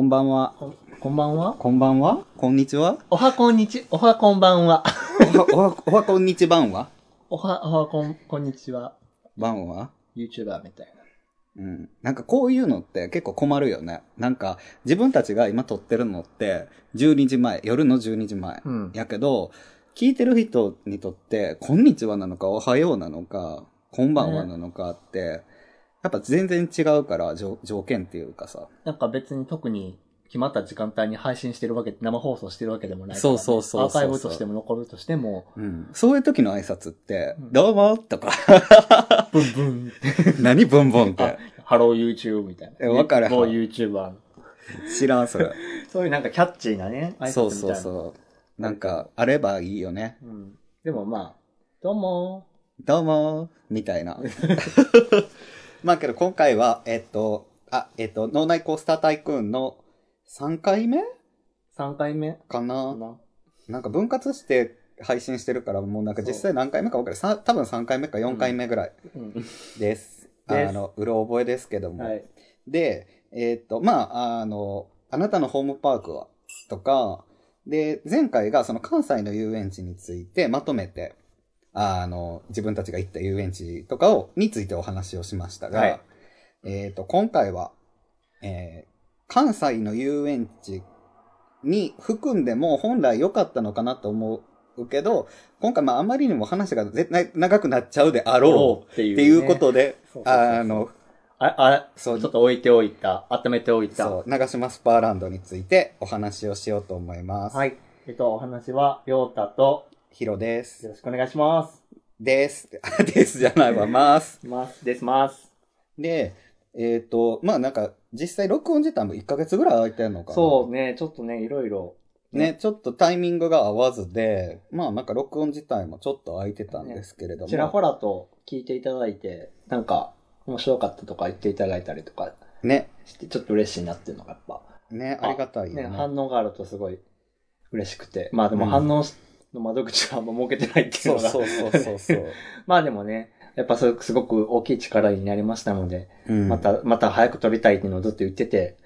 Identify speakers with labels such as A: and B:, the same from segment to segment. A: んばんは。
B: こんこんばんは
A: こんばんはこんにちは
B: おはこんにち、おはこんばんは。
A: おは、おは、おはこんにちばんは
B: おは、おはこん、こんにちは。
A: ばんは
B: YouTuber みたいな。
A: うん。なんかこういうのって結構困るよね。なんか自分たちが今撮ってるのって12時前、夜の12時前。
B: うん
A: やけど、聞いてる人にとって、こんにちはなのか、おはようなのか、こんばんはなのかって、やっぱ全然違うから、条条件っていうかさ。
B: なんか別に特に決まった時間帯に配信してるわけ、生放送してるわけでもないから、
A: そうそうそうそう
B: アーカイブとしても残るとしても、
A: うん。そういう時の挨拶って、
B: うん
A: どうもとか、
B: ブンブンって、
A: 何ボンボンっ
B: あ
A: て。
B: ハロー YouTube みたい
A: え
B: な。
A: わかる
B: もう YouTuber。
A: 知らん、それ。
B: そういうなんかキャッチーなね、挨拶みたいな。
A: そうそうそう。なんか、あればいいよね。
B: うん。でもまあ、どうも
A: どうもーみたい な。まあけど今回は、えっと、あ、えっと、脳内コースタータイクーンの3回目
B: ー。3回目
A: か
B: か
A: な
B: な。
A: なんか分割して配信してるから、もうなんか実際何回目か分かる。さ多分3回目か4回目ぐらい
B: うん。
A: です。
B: です
A: あの、うろ覚えですけども。
B: はい。
A: で、えーっと、まあ、あの、あなたのホームパークはとか、で、前回がその関西の遊園地についてまとめて、あの、自分たちが行った遊園地とかを、についてお話をしましたが、
B: はい
A: えーっと、今回は、えー関西の遊園地に含んでも本来良かったのかなと思うけど、今回まああまりにも話が絶対長くなっちゃうであろ
B: っていう
A: うっ
B: ね
A: ていうこ。とで、
B: そうそうそうそう
A: あの、
B: あ、あ、ち
A: そ
B: ょ
A: う
B: っと置いておいた。温めておいた。
A: そう、長島スパーランドについてお話をしようと思います。
B: はい。えっと、お話は、りょうたと、
A: ヒロです。
B: よろしくお願いします。
A: です。 あですじゃないわ、 ます。
B: ます。です、ます。
A: で、えっ、と、まあなんか、実際録音自体も1ヶ月ぐらい空いてるのかな。
B: そうね、ちょっとね、いろいろ。
A: ね、ちょっとタイミングが合わずで、まあなんか録音自体もちょっと空いてたんですけれども。
B: ちらほらと聞いていただいて、なんか、面白かったとか言っていただいたりとか
A: ね、
B: して、ちょっと嬉しいなっていうのがやっぱ、
A: ね、
B: あ
A: ありがたいよ
B: ね、
A: ね。
B: 反応があるとすごい嬉しくて。まあで
A: う
B: も
A: ん
B: 反応の窓口はあんま設けてないっていう
A: そう
B: のが、
A: そうそうそう そう。
B: まあでもね、やっぱそれすごく大きい力になりましたので、
A: うん
B: ま、た、また早く撮りたいっていうのをずっと言ってて、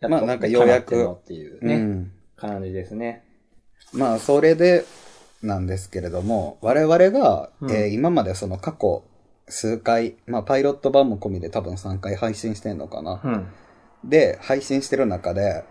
B: やっ
A: まあ
B: と
A: なんかようやく
B: 叶ってのっていう
A: ね、
B: ね、感じですね。
A: まあ、それで、なんですけれども、我々が、
B: うん
A: えー今までその過去数回、まあ、パイロット版も込みで多分3回配信してんのかな。
B: うん。
A: で、配信してる中で、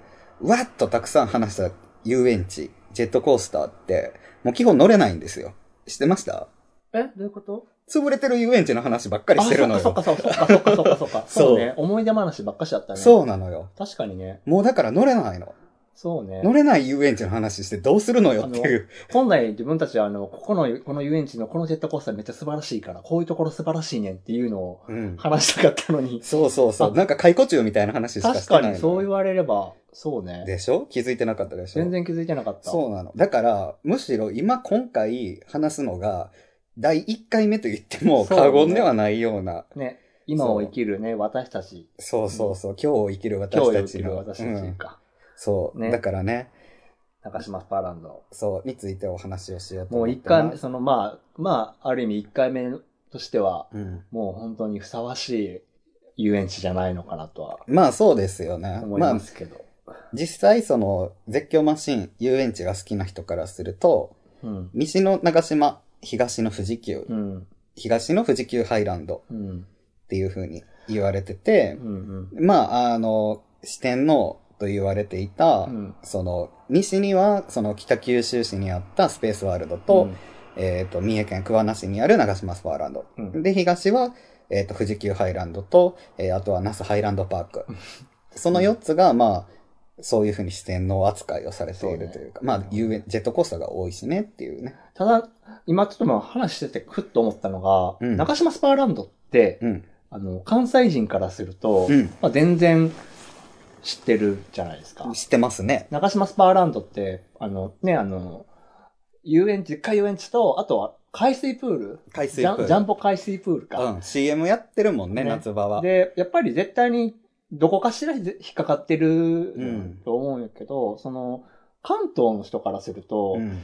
A: わっとたくさん話した遊園地、ジェットコースターって、もう基本乗れないんですよ。知ってました
B: えどういうこと
A: 潰れてる遊園地の話ばっかりしてるの
B: あそっ
A: よ。
B: かそっかそっかそっかそっかそっか。
A: そう
B: そうね。思い出話ばっかしだったね。う。
A: そうなのよ。
B: 確かにね。
A: もうだから乗れないの。
B: そうね。
A: 乗れない遊園地の話してどうするのよっていう。
B: 本来自分たちはあの、ここの、この遊園地のこのジェットコースターめっちゃ素晴らしいから、こういうところ素晴らしいねんっていうのを
A: うん。
B: 話したかった のに。
A: そうそうそう。なんか解雇中みたいな話しか
B: 確
A: してない
B: か
A: のよ。
B: にそう言われれば、そうね。
A: でしょ気づいてなかったでしょ
B: 全然気づいてなかった。
A: そうなの。だから、むしろ今今回話すのが、第1回目と言っても
B: そう
A: 過言ではないような。
B: ね。今を生きるね、私たち。
A: そうそうそう。今日を生きる
B: 今日
A: 私
B: を
A: た
B: 生
A: ち
B: きる
A: の。
B: 私た
A: う
B: ち
A: ん
B: か。
A: そう、
B: ね
A: だからね、
B: 中島スパーランド。
A: そう、についてお話をしようと
B: も
A: 思
B: う
A: っ
B: 一
A: てます。
B: 回目、そのまあ、まあ、ある意味一回目としては、
A: うん。
B: もう本当にふさわしい遊園地じゃないのかなとは
A: まあそうですよね。
B: 思い
A: ま
B: ま
A: あ
B: すけど。
A: 実際その絶叫マシン、遊園地が好きな人からすると、
B: うん。
A: 西の長島、東の富士急、
B: うん。
A: 東の富士急ハイランド
B: うん。
A: っていう風に言われてて、
B: うん。
A: まあ、あの、四天王と言われていた、
B: うん。
A: その、西には、その北九州市にあったスペースワールドと、えっ、と、三重県桑名市にある長島スパーランド。
B: うん、
A: で、東は、えっ、と、富士急ハイランドと、えーあとは那須ハイランドパーク。その4つが、まあ、そういうふうに四天王扱いをされているというか、
B: そうね
A: まあ、遊園ジェットコースターが多いしねっていうね。
B: ただ、今ちょっとまあ話しててふっと思ったのが、
A: うん
B: 中島スパーランドって、
A: うん。
B: あの、関西人からすると、
A: うん。
B: まあ、全然知ってるじゃないですか。
A: 知ってますね。
B: 中島スパーランドって、あの、ね、あの、遊園地、でっかい遊園地と、あとは海水プール
A: 海水
B: ジ
A: プ
B: ャ
A: ー
B: ン
A: ル。
B: ジャンボ海水プールか。
A: うん。CM やってるもんね、
B: ね
A: 夏場は。
B: で、やっぱり絶対にどこかしら引っかかって
A: ん
B: ると思うんやけど、その、関東の人からすると
A: う、ん。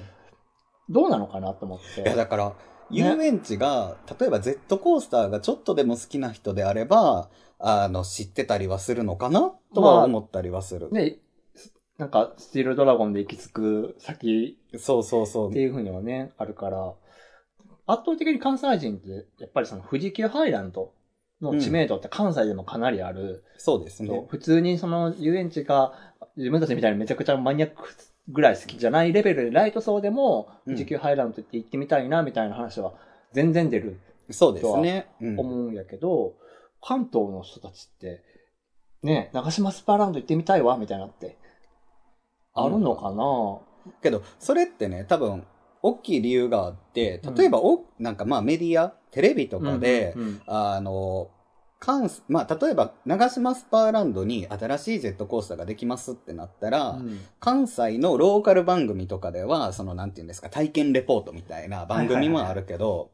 B: どうなのかなと思って。
A: いやだから、遊園地が、例えばジェットコースターがちょっとでも好きな人であれば、あの、知ってたりはするのかなと
B: ま
A: は
B: あ
A: 思ったりはする。
B: ね、なんか、スチールドラゴンで行き着く先
A: そうそうそ
B: っていうふうにはね、あるから、圧倒的に関西人って、やっぱりその富士急ハイランドの知名度って関西でもかなりある。
A: そうですね。
B: 普通にその遊園地が自分たちみたいにめちゃくちゃマニアックぐらい好きじゃないレベルでライト層でも
A: うん
B: 富士急ハイランドって行ってみたいなみたいな話は全然出る
A: そうですね。うん
B: 思うんやけど、関東の人たちって、ね、長島スパーランド行ってみたいわみたいなって、あるのかな、
A: けど、それってね、多分、大きい理由があって、例えば、おなんかまあメディア、テレビとかで、
B: うんうん
A: あの、関西まあ、例えば、長島スパーランドに新しいジェットコースターができますってなったら、
B: うん
A: 関西のローカル番組とかでは、その、なんて言うんですか、体験レポートみたいな番組もあるけど、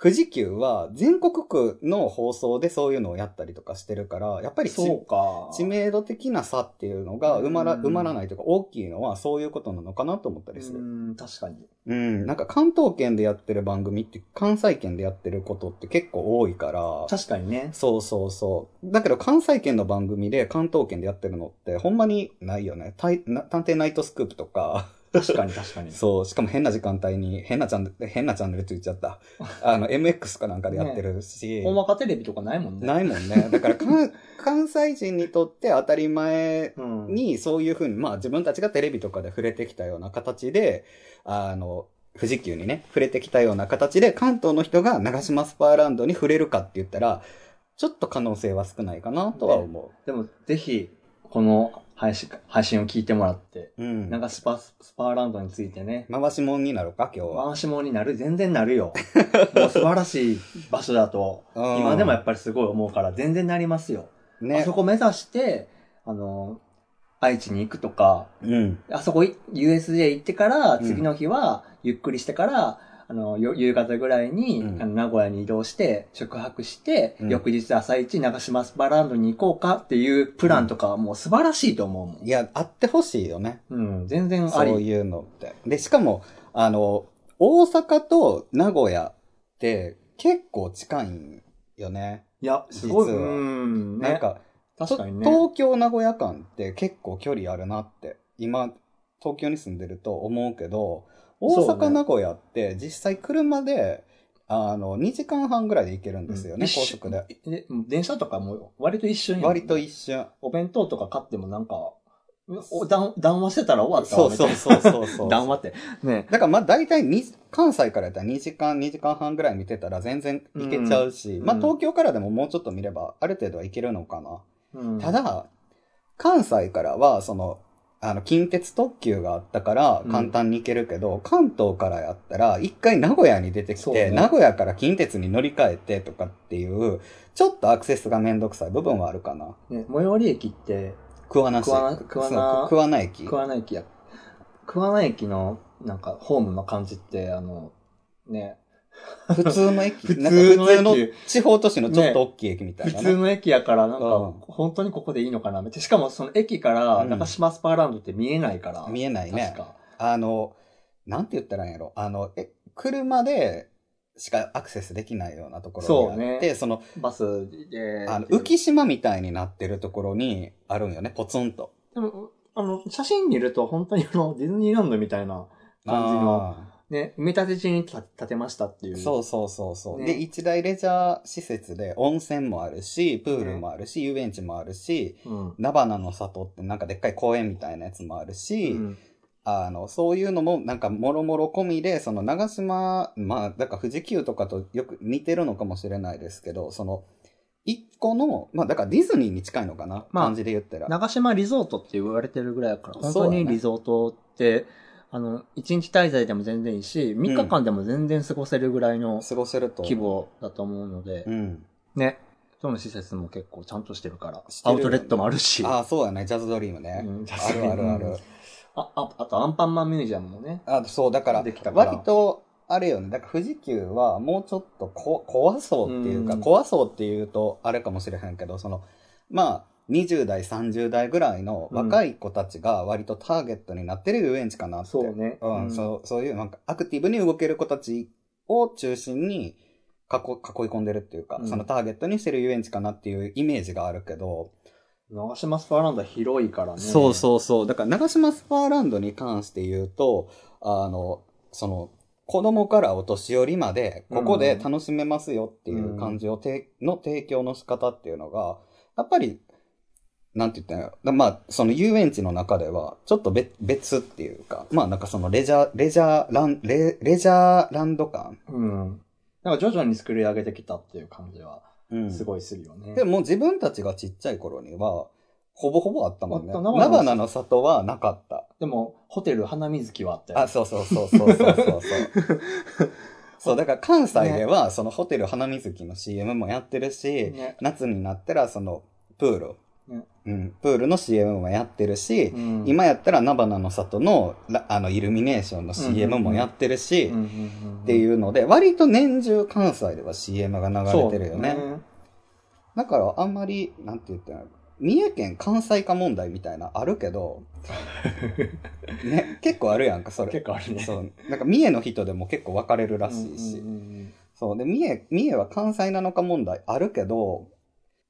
A: 富士急は全国区の放送でそういうのをやったりとかしてるから、やっぱりち
B: そうか。
A: 知名度的な差っていうのが埋まら
B: うん
A: 埋まらないというか大きいのはそういうことなのかなと思ったりす
B: う
A: る。
B: ーん、確かに。
A: うん。なんか関東圏でやってる番組って関西圏でやってることって結構多いから。
B: 確かにね。
A: そうそうそう。だけど関西圏の番組で関東圏でやってるのってほんまにないよね。たいな探偵ナイトスクープとか。
B: 確かに確 かに。
A: そう。しかも変な時間帯に、変なチャンネル、変なチャンネルって言っちゃ った。あの、MX かなんかでやってるし。
B: ほんまかテレビとかないもんね。
A: ないもんね。だから 関関西人にとって当たり前
B: うん。
A: にそういうふうに、まあ自分たちがテレビとかで触れてきたような形で、あの、富士急にね、触れてきたような形で、関東の人が長島スパーランドに触れるかって言ったら、ちょっと可能性は少ないかなとは思
B: でも、ぜひ、この配信、配信を聞いてもらって、
A: う。うん。
B: なんかスパ、スパーランドについてね、
A: 回しもんになるか、今日は。
B: 回しもになる、全然なる よ。もう素晴らしい場所だと、
A: うん
B: 今でもやっぱりすごい思うから、全然なりますよ。あ
A: ね
B: そ。こ目指して、あの、愛知に行くとか、
A: うん。
B: あそこい USJ 行ってから、
A: うん
B: 次の日は、ゆっくりしてから、あの、よ夕方ぐらいに、
A: うん
B: あの名古屋に移動して、宿泊して、
A: うん
B: 翌日朝一、長島スパランドに行こうかっていうプランとかはもう素晴らしいと思うもん。
A: いや、あってほしいよね。
B: うん、全然あ
A: そう
B: り。
A: いうのって。で、しかも、あの、大阪と名古屋って結構近いんよね。
B: いや、すごい。
A: 実は
B: うん、ね。
A: なんか、
B: 確かにね。
A: 東京名古屋間って結構距離あるなって、今、東京に住んでると思うけど、大
B: そう
A: 阪、
B: ね
A: 名古屋って実際車で、あの、2時間半ぐらいで行けるんですよね、
B: うん
A: 高速で。。
B: 一瞬で電車とかも割と一瞬やもんね
A: 割と一瞬。
B: お弁当とか買ってもなんか、お談談話してたら終わった
A: そ
B: わ
A: う
B: みたい
A: そう
B: な。
A: そうそうそ う。
B: 談話って。ね。
A: だからまあ大体に関西からやったら2時間、2時間半ぐらい見てたら全然行けちゃうし、
B: うん
A: まあ
B: うん
A: 東京からでももうちょっと見ればある程度は行けるのかな。
B: うん
A: た、だ、関西からは、その、あの、近鉄特急があったから
B: うん
A: 簡単に行けるけど、関東からやったら、一回名古屋に出てき
B: そう
A: て、
B: ね
A: 名古屋から近鉄に乗り換えてとかっていう、ちょっとアクセスがめんどくさい部分はあるかな。
B: ね、最寄り駅って、
A: 桑名市。
B: 桑名桑名
A: そう桑名駅。
B: 桑名駅や。桑名駅の、なんか、ホームの感じって、あの、ね、
A: 普通の駅。
B: 普通
A: な
B: の
A: んか
B: 駅
A: 普通の地方都市のちょっと大きい駅みた
B: 普
A: いなね。
B: 通の駅やから、なんか
A: うん、
B: 本当にここでいいのかなめっちゃ、しかもその駅から、
A: うん
B: 中島スパーランドって見えないから。
A: 見えないね
B: 確か。
A: あの、なんて言ったらいいんやろ。あの、え、車でしかアクセスできないようなところにあって、
B: そうね
A: その、
B: バスで。
A: あの、
B: っていう
A: 浮島みたいになってるところにあるんよね、ポツンと。
B: でも、あの、写真見ると本当にあの、ディズニーランドみたいな感じの、
A: あ
B: ね、埋め立て地に建てましたってい
A: ー
B: う。
A: そうそうそうそう、
B: ね
A: で、一大レジャー施設で温泉もあるし、プールもあるし、遊園地もあるし、
B: う。うん。
A: 菜花の里ってなんかでっかい公園みたいなやつもあるし、
B: うん
A: あの、そういうのもなんかもろもろ込みで、その長島、まあ、だから富士急とかとよく似てるのかもしれないですけど、その、一個の、まあだからディズニーに近いのかな、
B: まあ
A: 感じで言ったら。
B: 長島リゾートって言われてるぐらいだから、本
A: そう
B: 当
A: だね
B: にリゾートって、あの、1日滞在でも全然いいし、3日間でも全然過ごせるぐらいの
A: 過ごせると。
B: 規。模だと思うので、
A: うん。
B: ね。その施設も結構ちゃんとしてるから、
A: して
B: ア
A: る
B: ウトレットもあるし。
A: ああ、そうだね。ジャズドリームね。
B: うんジャ
A: あ
B: ズドリー
A: る
B: ム
A: あるある。
B: あ、あ、あとアンパンマンミュージアムもね。
A: あそう、だから
B: できた、から
A: 割と、あれよね。だから、富士急はもうちょっとこ怖そうっていうか、
B: うん
A: 怖そうっていうと、あれかもしれへんけど、その、まあ、20代、30代ぐらいの若い子たちが割とターゲットになってる遊園地かなって。
B: そうね。
A: うん、
B: ん
A: そう、そういう、なんか、アクティブに動ける子たちを中心に、囲囲い込んでるっていうか、
B: うん
A: そのターゲットにしてる遊園地かなっていうイメージがあるけど、
B: 長島スパーランドは広いからね。
A: そうそうそう。だから、長島スパーランドに関して言うと、あの、その、子供からお年寄りまで、ここで楽しめますよっていう感じをて、の提供の仕方っていうのが、やっぱり、なんて言ったらいいのだまあ、その遊園地の中では、ちょっと別別っていうか、まあなんかそのレジャー、レジャーラン、レレジャーランド感。
B: う。うん。なんか徐々に作り上げてきたっていう感じは、
A: うん
B: すごいするよね。
A: でも自分たちがちっちゃい頃には、ほぼほぼあったもんね。
B: あった
A: 菜
B: なかった
A: 花の里はなかった。
B: でも、ホテル花水木はあったよ
A: あ、そうそうそうそうそうそうそう。 そう、だから関西では、そのホテル花水木の CM もやってるし、
B: ね。
A: 夏になったらそのプール、
B: ね
A: うん、プールの CM もやってるし、
B: うん、
A: 今やったら菜花の里のラあのイルミネーションの CM もやってるし、
B: うんうんうんうん
A: っていうので、割と年中関西では CM が流れてるよね。
B: そうね
A: だからあんまり、なんて言ったらいいの、三重県関西化問題みたいなあるけ ど、ね、結構あるやんか、それ。
B: 結構ある ね。
A: そう。なんか三重の人でも結構分かれるらしいし。
B: うんうんうんうん
A: そう。で、三重、三重は関西なのか問題あるけど、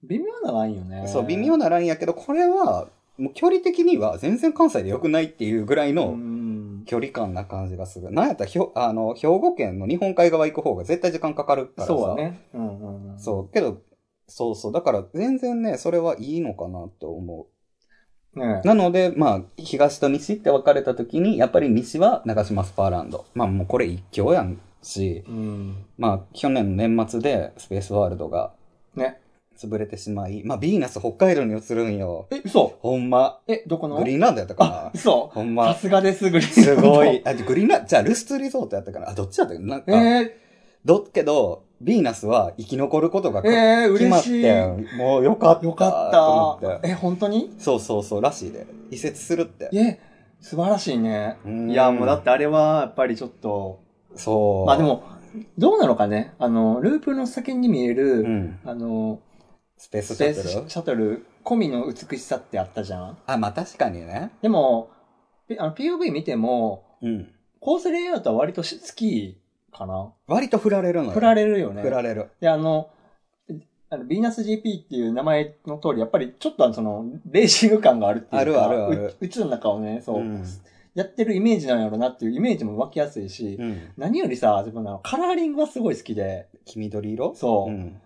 B: 微妙なラインよね。
A: そう、微妙
B: な
A: なラインやけど、これは、もう距離的には全然関西で良くないっていうぐらいの
B: ん。
A: 距離感な感じがする。なんやったらひょ、あの、兵庫県の日本海側行く方が絶対時間かかるからさ。
B: そうだね。うんうんうん。
A: そう。けど、そうそう。だから全然ね、それはいいのかなと思う。
B: う。ね
A: なので、まあ、東と西って分かれた時に、やっぱり西は長島スパーランド。まあもうこれ一強やんし、
B: うん。
A: まあ、去年の年末でスペースワールドが
B: ね。
A: 潰れてしまい、まあ、ヴィーナス北海道に移るんよ。
B: え、嘘
A: ほんま。
B: え、どこの
A: グリーンランドやったか
B: 嘘
A: なほん
B: さ
A: ま。
B: すがです、グリーン
A: すごい。。あ、グリーンランド、じゃあ、ルスツリゾートやったかなあ、どっちやったかななん
B: え
A: か、
B: ー、
A: どっけど、ヴィーナスは生き残ることが
B: え
A: 決
B: ー、
A: まっ
B: 嬉しい。
A: て
B: よ
A: ん、もうよかった。
B: か
A: と思
B: っ
A: って
B: た。え、本当に
A: そうそうそう、らしいで。移設するって。
B: え、素晴らしいね。
A: うん
B: いや、もうだってあれは、やっぱりちょっと、
A: そう。
B: まあで、も、どうなのかね。あの、ループの先に見える、
A: うん。
B: あの、
A: スペース
B: ス
A: シ
B: ペー
A: ャ
B: ス
A: ト
B: シ
A: ル
B: ャトル込みの美しさってあったじゃん。
A: あ、まあ確かにね。
B: でも、ピあの POV 見ても、
A: うん。
B: コースレイアウトは割とし好きかな。
A: 割と振られるのよ。
B: 振られるよね。
A: 振られる。
B: で、あの、あの、ヴィーナス GP っていう名前の通り、やっぱりちょっとあのその、レーシング感があるっていうか、
A: あるあるある
B: う宇宙の中をね、そう、
A: うん
B: やってるイメージなんやろなっていうイメージも湧きやすいし、
A: うん。
B: 何よりさ、自分のカラーリングがすごい好きで、
A: 黄緑色
B: そう、
A: ん。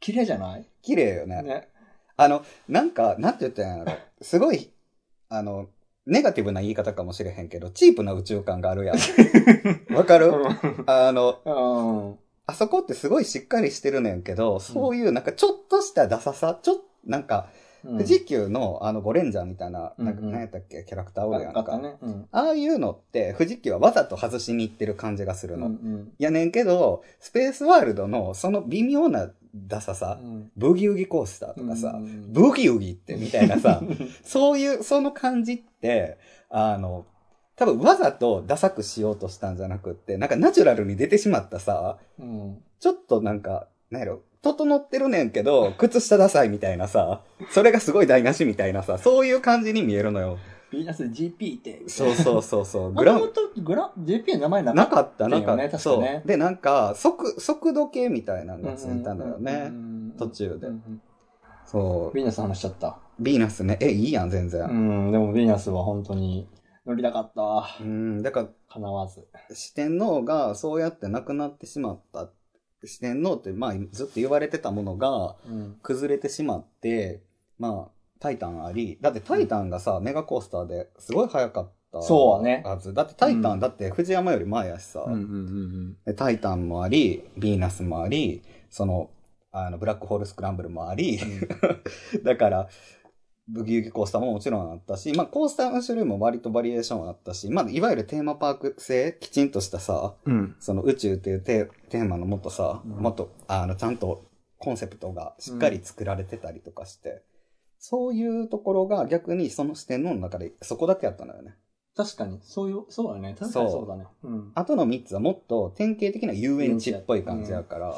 B: 綺麗じゃない
A: 綺麗よね。
B: ね。
A: あの、なんか、なんて言ったらいいんやろ。すごい、あの、ネガティブな言い方かもしれへんけど、チープな宇宙観があるや ん。わか
B: う
A: る
B: ん
A: あの、
B: うん。
A: あそこってすごいしっかりしてるねんけど、そういうなんかちょっとしたダサさ、ちょっなんか、
B: うん
A: 富士急のあのゴレンジャーみたいな、なんか
B: うんうん
A: 何やったっけ、キャラクターおるやん
B: あった
A: か。
B: ね。うん。
A: ああいうのって、富士急はわざと外しに行ってる感じがす
B: う
A: る
B: ん
A: の。
B: うん。
A: やねんけど、スペースワールドのその微妙なダサさ、
B: うん
A: ブギウギコースターとかさ、
B: うん
A: ブギウギってみたいな さ、そういう、その感じって、あの、多分わざとダサくしようとしたんじゃなくって、なんかナチュラルに出てしまったさ、
B: うん。
A: ちょっとなんか、なんやろ、整ってるねんけど、靴下ダサいみたいなさ、それがすごい台無しみたいなさ、そういう感じに見えるのよ。
B: ヴィーナス GP って。
A: そうそうそうそう。
B: も
A: グ
B: と
A: ラ
B: も
A: ン、
B: とグラ、GP の名前なか
A: な
B: った
A: かった、なか
B: だ
A: っ
B: よね確かね
A: た。そう。で、なんか、速、速度計みたいなのがついたんだよね。途中で
B: うんうん
A: そ
B: ヴィーナスの話しちゃった。
A: う。ヴィーナスね。え、いいやん、全
B: う
A: 然。
B: ん、でもヴィーナスは本当に乗りたかった
A: う。ん、だから、
B: 叶わず。
A: 四天王がそうやって亡くなってしまった。四天王って、まあ、ずっと言われてたものが
B: うん。
A: 崩れてしまって、まあ、タイタンあり。だってタイタンがさ、メガコースターですごい速かった。
B: そうね
A: はず。だってタイタン、
B: うん
A: だって藤山より前やしさ、
B: ん
A: でタイタンもあり、ヴィーナスもあり、その、あの、ブラックホールスクランブルもあり、 だから、ブギウギコースターももちろんあったし、まあコースターの種類も割とバリエーションあったし、まあいわゆるテーマパーク性、きちんとしたさ、
B: うん。
A: その宇宙っていうテテーマのもっとさ、
B: うん
A: もっと、あの、ちゃんとコンセプトがしっかり作られてたりとかして、そういうところが逆にその視点の中でそこだけやったのよね。
B: 確かに、そういう、そうだね。確かにそうだね。うん。
A: あとの3つはもっと典型的な遊園地っぽい感じやから、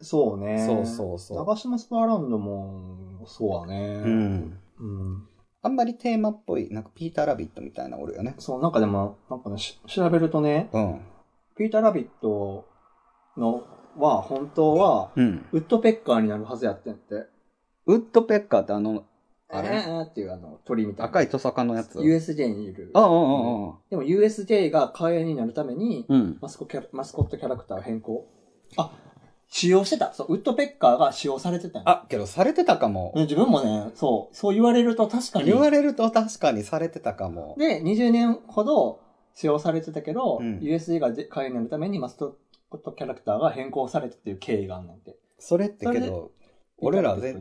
B: そうね。
A: そうそうそう
B: 長島スパーランドも、そうだ
A: う
B: ね。
A: ん。
B: うん。
A: あんまりテーマっぽい、なんかピーターラビットみたいなおるよね。
B: そう、なんかでも、なんかね、し調べるとね、
A: うん。
B: ピーター・ラビットのは、本当は、
A: うん。
B: ウッドペッカーになるはずやってんって。
A: ウッドペッカーってあの、あ
B: あ
A: れ
B: れっていうあの、鳥みたいな。
A: 赤いトサカのやつ。
B: USJ にいる。
A: ああ、ああ、ああ。
B: でも USJ が開園になるために、
A: うん。
B: マスコキャラマスコットキャラクターを変更。あ、使用してた。そう、ウッドペッカーが使用されてたよ
A: あ、けどされてたか
B: ね
A: も。
B: 自分もね、そう、そう言われると確かに。
A: 言われると確かにされてたかも。
B: で、20年ほど使用されてたけど、
A: うん
B: USJ が開園になるためにマスコットキャラクターが変更されたっていう経緯があんねんて。
A: それってけ
B: それで
A: ど、俺らぜ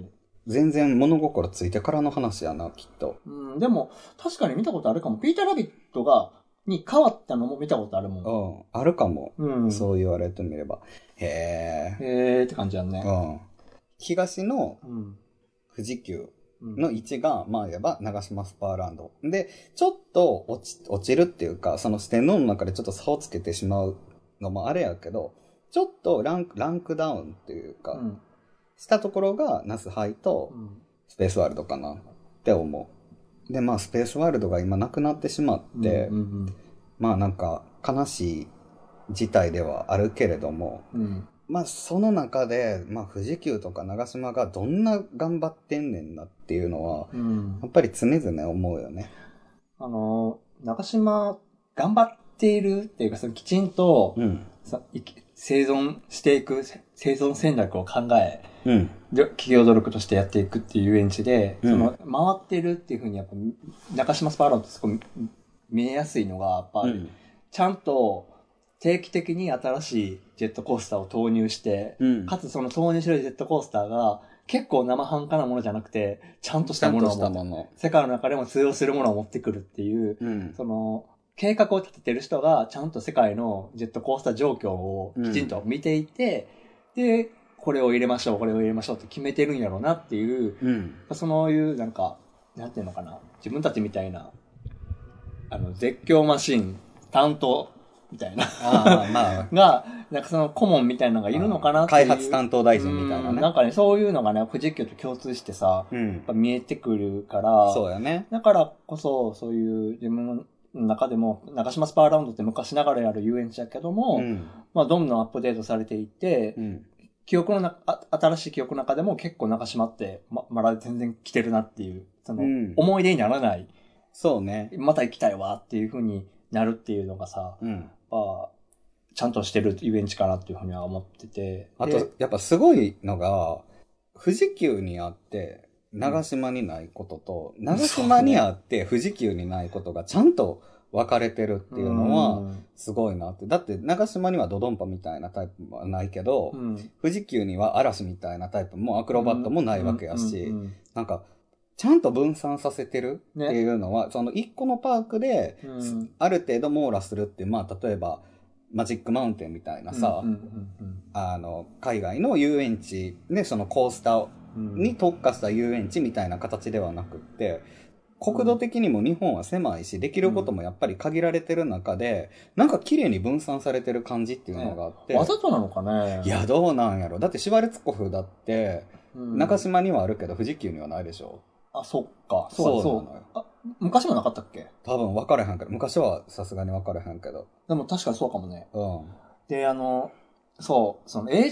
A: 全然物心ついてからの話やな、きっと。
B: うん、でも、確かに見たことあるかも。ピーターラビットが、に変わったのも見たことあるも
A: うん。あるかも。
B: ん。うん。
A: そう言われてみれば。へえ。
B: へーって感じやんね。
A: うん。東の
B: うん。
A: 富士急
B: うん
A: の位置が、まあ言えば、長島スパーランド。で、ちょっと落ち、落ちるっていうか、その四天王の中でちょっと差をつけてしまうのもあれやけど、ちょっとランク、ランクダウンっていうか、
B: うん。
A: したところが、ナスハイと
B: うん
A: スペースワールドかなって思う。で、まあスペースワールドが今なくなってしまって、
B: うんうん
A: まあなんか悲しい事態ではあるけれども、
B: うん。うん
A: まあその中で、まあ富士急とか長島がどんな頑張ってんねんなっていうのは、
B: うん
A: やっぱり常々思うよね。
B: あのー、中島、頑張っているっていうか、そのきちんと、
A: うん。
B: さ生き生存していく、せ生存戦略を考え、
A: うん。
B: で企業努力としてやっていくっていう遊園地で、
A: うん
B: その、回ってるっていうふうに、やっぱ、中島スパーランドってすごい見えやすいのが、やっぱ、
A: うん。
B: ちゃんと定期的に新しいジェットコースターを投入して、
A: うん。
B: かつその投入してるジェットコースターが結構生半可なものじゃなくて、ちゃんとしたものを
A: ちゃんとした
B: 持
A: も
B: って
A: の。
B: 世界の中でも通用するものを持ってくるっていう、
A: うん。
B: その、計画を立ててる人がちゃんと世界のジェットコースター状況をきちんと見ていて、で、これを入れましょう、これを入れましょうって決めてるんやろうなっていう、
A: うん。
B: そういう、なんか、なんていうのかな。自分たちみたいな、あの、絶叫マシン担当みたいな、、
A: ああ、まあ
B: が、なんかその顧問みたいなのがいるのかなってい
A: 開
B: う。
A: 発担当大臣みたいな
B: うんなん
A: ね。
B: かね、そういうのがね、富士急と共通してさ、
A: う
B: や
A: ん
B: っぱ。見えてくるから、
A: そうやね。
B: だからこそ、そういう自分の中でも、中島スパーラウンドって昔ながらやる遊園地だけども、
A: うん。
B: まあ、どんどんアップデートされていって、
A: うん。
B: 記憶のなあ、新しい記憶の中でも結構中島ってま、まだ全然来てるなっていう、その、
A: うん
B: 思い出にならない、
A: そうね。
B: また行きたいわっていう風になるっていうのがさ、
A: うん。
B: やっぱちゃんとしてる遊園地かなっていう風には思ってて。
A: あ
B: で
A: と、、やっぱすごいのが、富士急にあって、長島にないことと、長島にあって富士急にないことがちゃんと分かれてるっていうのは、
B: は、
A: すごいなって。だって、長島にはドドンパみたいなタイプはないけど、
B: うん。
A: 富士急には嵐みたいなタイプもアクロバットもないわけやし、
B: うん
A: なんか、ちゃんと分散させてるって
B: ね
A: いうのは、その一個のパークで、
B: うんうん
A: ある程度網羅するっていう、まあ、例えば、マジックマウンテンみたいなさ、
B: うんうん
A: あの、海外の遊園地で、そのコースター
B: うんうん
A: に特化した遊園地みたいな形ではなくって、国土的にも日本は狭いし、できることもやっぱり限られてる中で、なんか綺麗に分散されてる感じっていうのがあって、
B: わざとなのかね
A: い、や、どうなんやろ。だってシュワルツコフだって、
B: うん
A: 中島にはあるけど、富士急にはないでしょ。
B: あ、そっか。そう
A: そう
B: そう
A: なのよ
B: 昔もなかったっけ
A: 多分分からへんけど、昔はさすがに分からへんけど。
B: でも確かにそうかもね。
A: うん。
B: で、あの、そう、その、えや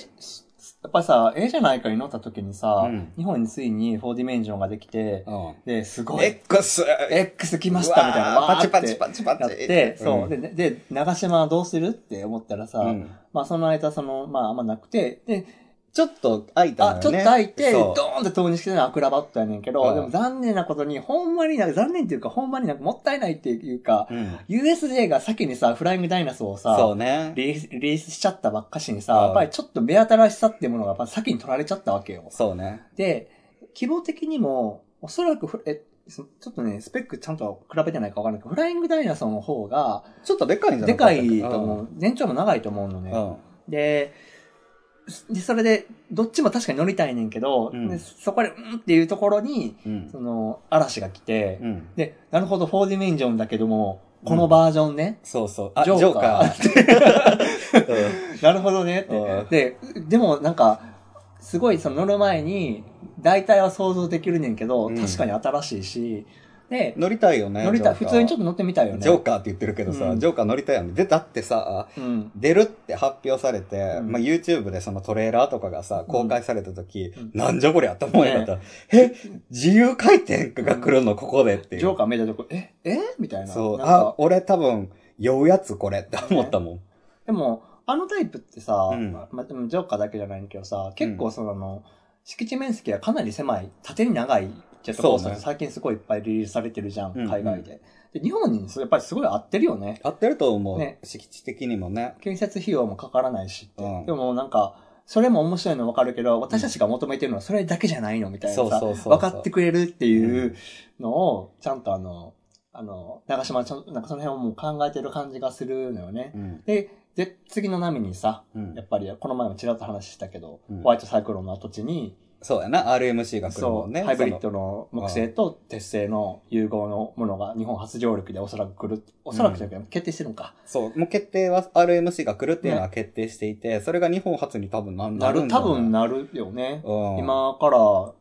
B: っぱりさ、えじゃないかに乗った時にさ、
A: うん
B: 日本についに4ディメンジョンができて、
A: うん。
B: で、すごい、
A: X!
B: X 来ましたみたいな、
A: うわー
B: わーって
A: パチパチパチパ
B: やっ
A: チ。
B: て、そう、
A: ん
B: で、で、長島はどうするって思ったらさ、
A: うん
B: まあその間、その、まああんまなくて、で、
A: ちょっと開いたの
B: あ
A: よ、ね。
B: ちょっと空いて、
A: そ
B: ドーンって投入してたのはアクラバットやねんけど、
A: うん
B: でも残念なことに、ほんまになんか残念っていうか、ほんまになんかもったいないっていうか、
A: う。うん。
B: USJ が先にさ、フライングダイナソーをさ、
A: そうね。
B: リリース、リリースしちゃったばっかしにさ、
A: はい
B: やっぱりちょっと目新しさっていうものがやっぱ先に取られちゃったわけよ。
A: そうね。
B: で、規模的にも、おそらくフラ、え、そちょっとね、スペックちゃんと比べてないかわかんないけど、フライングダイナソーの方が、
A: ちょっとでかいんじゃな
B: で
A: かっ
B: か
A: たっけ
B: いと思う。全長も長いと思うの
A: う
B: ね。
A: ん。うん。
B: で、でそれで、どっちも確かに乗りたいねんけど、
A: うん
B: でそこで、うんっていうところに、
A: うん
B: その、嵐が来て、
A: うん。
B: で、なるほど、4ディメンジョンだけども、このバージョンね、
A: そうそう。あ、ジ
B: ジョ
A: ョー
B: ー
A: カ
B: カ
A: ー。
B: なるほどねっ
A: うん
B: て。で、でもなんか、すごいその乗る前に、大体は想像できるねんけど、
A: うん
B: 確かに新しいし、で、
A: 乗りたいよね。
B: 乗りたい、普通にちょ
A: と、
B: っと乗ってみたいよね。
A: ジョーカーって言ってるけどさ、
B: うん
A: ジョーカー乗りたいよね。で、だってさ、
B: うん。
A: 出るって発表されて、
B: うん
A: まあ、YouTube でそのトレーラーとかがさ、公開された時、
B: うん
A: なんじゃこりゃって思いなかった。え、自由回転が来るの、ここでっていう。
B: ジョーカー見たとこ、ええみたいな。
A: そう。
B: なん
A: あ
B: か、
A: 俺多分、酔うやつこれって思ったもん。
B: でも、あのタイプってさ、
A: うん
B: まあ、でもジョーカーだけじゃないけどさ、結構その、あの敷地面積がかなり狭い、縦に長いジェットコースターって
A: そう
B: 最近すごいいっぱいリリースされてるじゃん、
A: うん
B: 海外で。で、日本にそれやっぱりすごい合ってるよね。
A: 合ってると思う。
B: ね
A: 敷地的にもね。
B: 建設費用もかからないしって。
A: うん
B: でもなんか、それも面白いの分かるけど、私たちが求めてるのはそれだけじゃないのみたいなさ、
A: そうそうそうそう
B: 分かってくれるっていうのを、ちゃんとあの、あの、長島ちゃん、なんかその辺をもう考えてる感じがするのよね。
A: うん。
B: で、で、次の波にさ、
A: うん
B: やっぱりこの前もちらっと話したけど、
A: うん
B: ホワイトサイクロンの跡地に、
A: そうやな、RMC が来るも
B: そ
A: ん
B: う、
A: ね。
B: ハイブリッ
A: その
B: ドの木製と鉄製の融合のものが日本初上陸でおそらく来る、おそらくじゃなくて決定してるのか。
A: そう、もう決定は RMC が来るっていうのは決定していて、それが日本初に多分な
B: な
A: なる
B: る、
A: ん
B: 多分
A: る。
B: なるよね。
A: うん。
B: 今から、も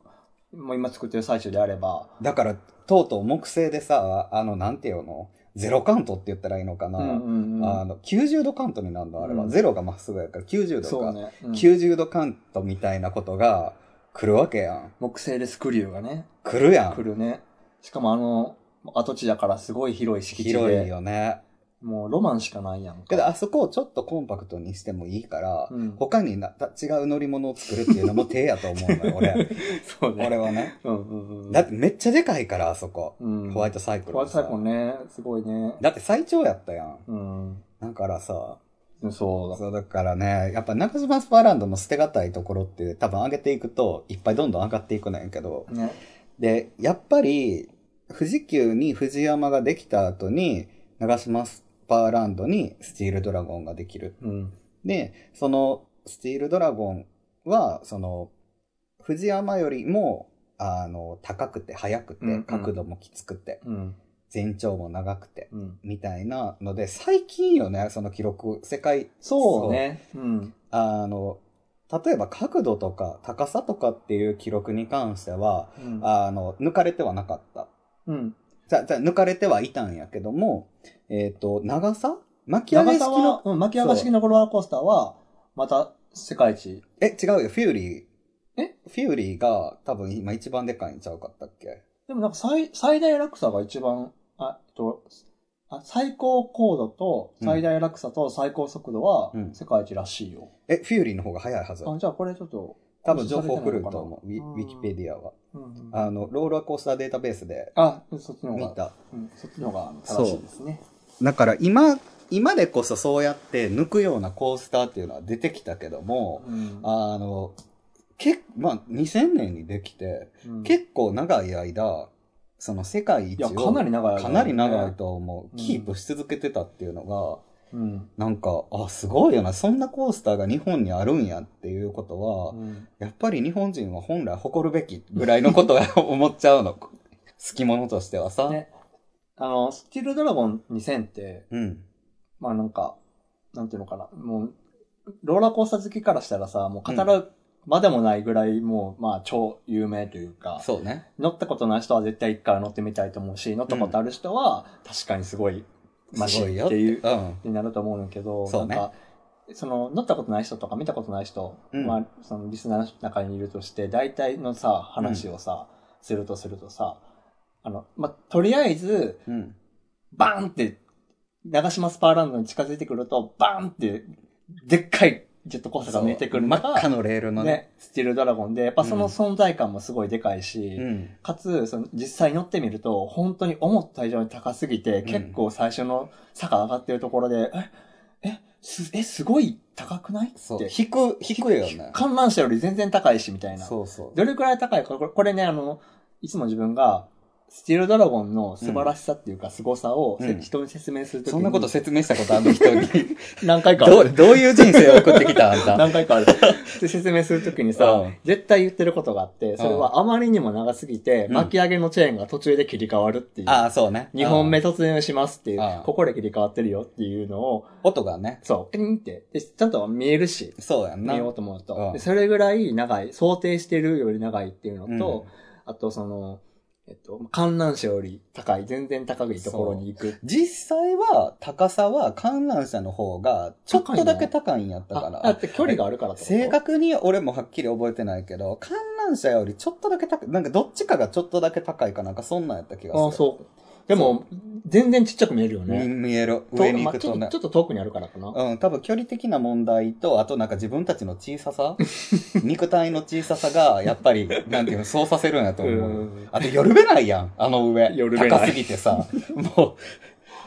B: う今作ってる最中であれば、
A: だから、とうとう木製でさ、あの、なんていうのゼロカウントって言ったらいいのかな、
B: うんうん
A: あ
B: うん。
A: の、90度カウントになるのあれは、
B: うん
A: ゼロがまっすぐやから90度
B: そう
A: か、
B: ね、うん
A: 90度カウントみたいなことが来るわけやん。
B: 木製でスクリューがね、
A: 来るや
B: 来
A: ん。
B: るね。しかもあの、跡地だからすごい広い敷地で。
A: 広いよね。
B: もうロマンしかないやんか。
A: けど、あそこをちょっとコンパクトにしてもいいから、
B: うん
A: 他になた違う乗り物を作るっていうのも手やと思うのよ、俺。
B: そうね。
A: 俺はね。
B: うんうんうん。
A: だってめっちゃでかいから、あそこ。
B: うん、
A: ホワイトサイクル。
B: ホワイトサイコン。ね、すごいね。
A: だって最長やったやん。
B: うん。
A: だからさ、
B: そうだ。
A: そうだからね、やっぱ中島スパーランドの捨てがたいところって多分上げていくと、いっぱいどんどん上がっていくねんけど。
B: ね。
A: で、やっぱり、富士急に藤山ができた後に、長島スパーランドにスチールドラゴンができる
B: うん。
A: で、その、スティールドラゴンは、その、藤山よりも、あの、高くて、速く
B: うんう
A: て
B: ん、
A: 角度もきつくて、
B: うん。
A: 全長も長くて、
B: うん。
A: みたいなので、最近よね、その記録、世界、
B: そうね。うん。
A: あの、例えば角度とか高さとかっていう記録に関しては、
B: うん。
A: あの、抜かれてはなかった。
B: うん。
A: じゃ、じゃ、抜かれてはいたんやけども、えっ、と、長さ巻き上
B: 長
A: げ式
B: さは
A: の、、
B: うん、巻き上が式のローラーコースターは、また世界一。
A: え、違うよ、フューリー。
B: え
A: フューリーが多分今一番でかいんちゃうかったっけ
B: でもなんか最、最大落差が一番、あ、えっと、あ最高高度と最大落差と最高速度は
A: うん
B: 世界一らしいよ。
A: え、フューリーの方が早いはず。
B: あ、じゃあこれちょっと。
A: 多分情報来ると思う。ウィ
B: うん
A: ウィキペディアは。
B: うんうん
A: あの、ローラーコースターデータベースで
B: あ、そっちの
A: 見
B: 方が、
A: た。
B: うん、そっちの方があの正しいですね。
A: だから今、今でこそそうやって抜くようなコースターっていうのは出てきたけども、
B: うん
A: あの、けまあ、2000年にできて、
B: うん
A: 結構長い間、その世界
B: い
A: 一
B: や、
A: を
B: かなり長い、
A: かなり長い。と思う。
B: うん
A: キープし続けてたっていうのが、
B: うん。
A: なんか、あ、すごいよな。そんなコースターが日本にあるんやっていうことは、
B: うん
A: やっぱり日本人は本来誇るべきぐらいのことは 思っちゃうの。好き者としてはさ。
B: ねあの、スチールドラゴン2000って、
A: うん。
B: まあなんか、なんていうのかな、もう、ローラーコースター好きからしたらさ、もう語るまでもないぐらい、もう、まあ超有名というか、
A: そうね。
B: 乗ったことない人は絶対一回乗ってみたいと思うし、乗ったことある人は確かにすごい、マシ
A: すごいよ
B: っ。ていう
A: うん。
B: になると思うんだけど、
A: そうね
B: なんか、その、乗ったことない人とか見たことない人、
A: うん
B: まあ、そのリスナーの中にいるとして、大体のさ、話をさ、するとするとさ、あの、まあ、とりあえず、
A: うん。
B: バーンって、長島スパーランドに近づいてくると、バーンって、でっかいジェットコースターが見えてくる
A: 真
B: の
A: っ赤
B: が、
A: のレールのね。
B: ね、スチールドラゴンで、やっぱその存在感もすごいでかいし、
A: うん。
B: かつ、その実際に乗ってみると、本当に思った以上に高すぎて、
A: ん
B: 結構最初の坂上がってるところで、え、え、す、え、すごい高くないって。
A: そう。引く、引くよね。
B: 観覧車より全然高いし、みたいな。
A: そうそう。
B: どれくらい高いか、これこれね、あの、いつも自分が、スチールドラゴンの素晴らしさっていうか、凄さをせ、
A: うん
B: 人に説明するとき
A: そ
B: に、
A: んなこと説明したことある人に。
B: 何回かあ
A: ど
B: る
A: う、。どういう人生を送ってきたあんた。
B: 何回かある。で説明するときに
A: う
B: さ
A: ん、
B: 絶対言ってることがあって、それはあまりにも長すぎて、
A: うん
B: 巻き上げのチェーンが途中で切り替わるっていう。
A: ああ、そうね。
B: 2本目突入しますっていう
A: ああ、
B: ここで切り替わってるよっていうのを
A: う、ん。音がね。
B: そう、ピンって、でちゃんと見えるし、
A: そうやんな。
B: 見ようと思う
A: あ
B: と
A: あ。
B: でそれぐらい長い、想定してるより長いっていうのと、
A: う
B: あとその、えっと、観覧車より高い、全然高いところに行く。
A: 実際は高さは観覧車の方がちょっとだけ高いんやったか
B: あだ
A: ら。
B: って距離があるからってこと
A: 正確に俺もはっきり覚えてないけど、観覧車よりちょっとだけ高い、なんかどっちかがちょっとだけ高いかなんかそんなんやった気がする。
B: ああ、そう。でも、全然ちっちゃく見えるよ
A: み
B: ね。
A: 見える。
B: と
A: 上に行くと
B: まあ
A: ね
B: ちょっとちょっと遠くにあるからかな。
A: うん、多分距離的な問題と、あとなんか自分たちの小さ さ肉体の小ささが、やっぱり、なんていうの、そうさせるんやと思う。
B: ん
A: あと、夜べないやん、あの上。
B: 寄るべない
A: 高すぎてさ。もう、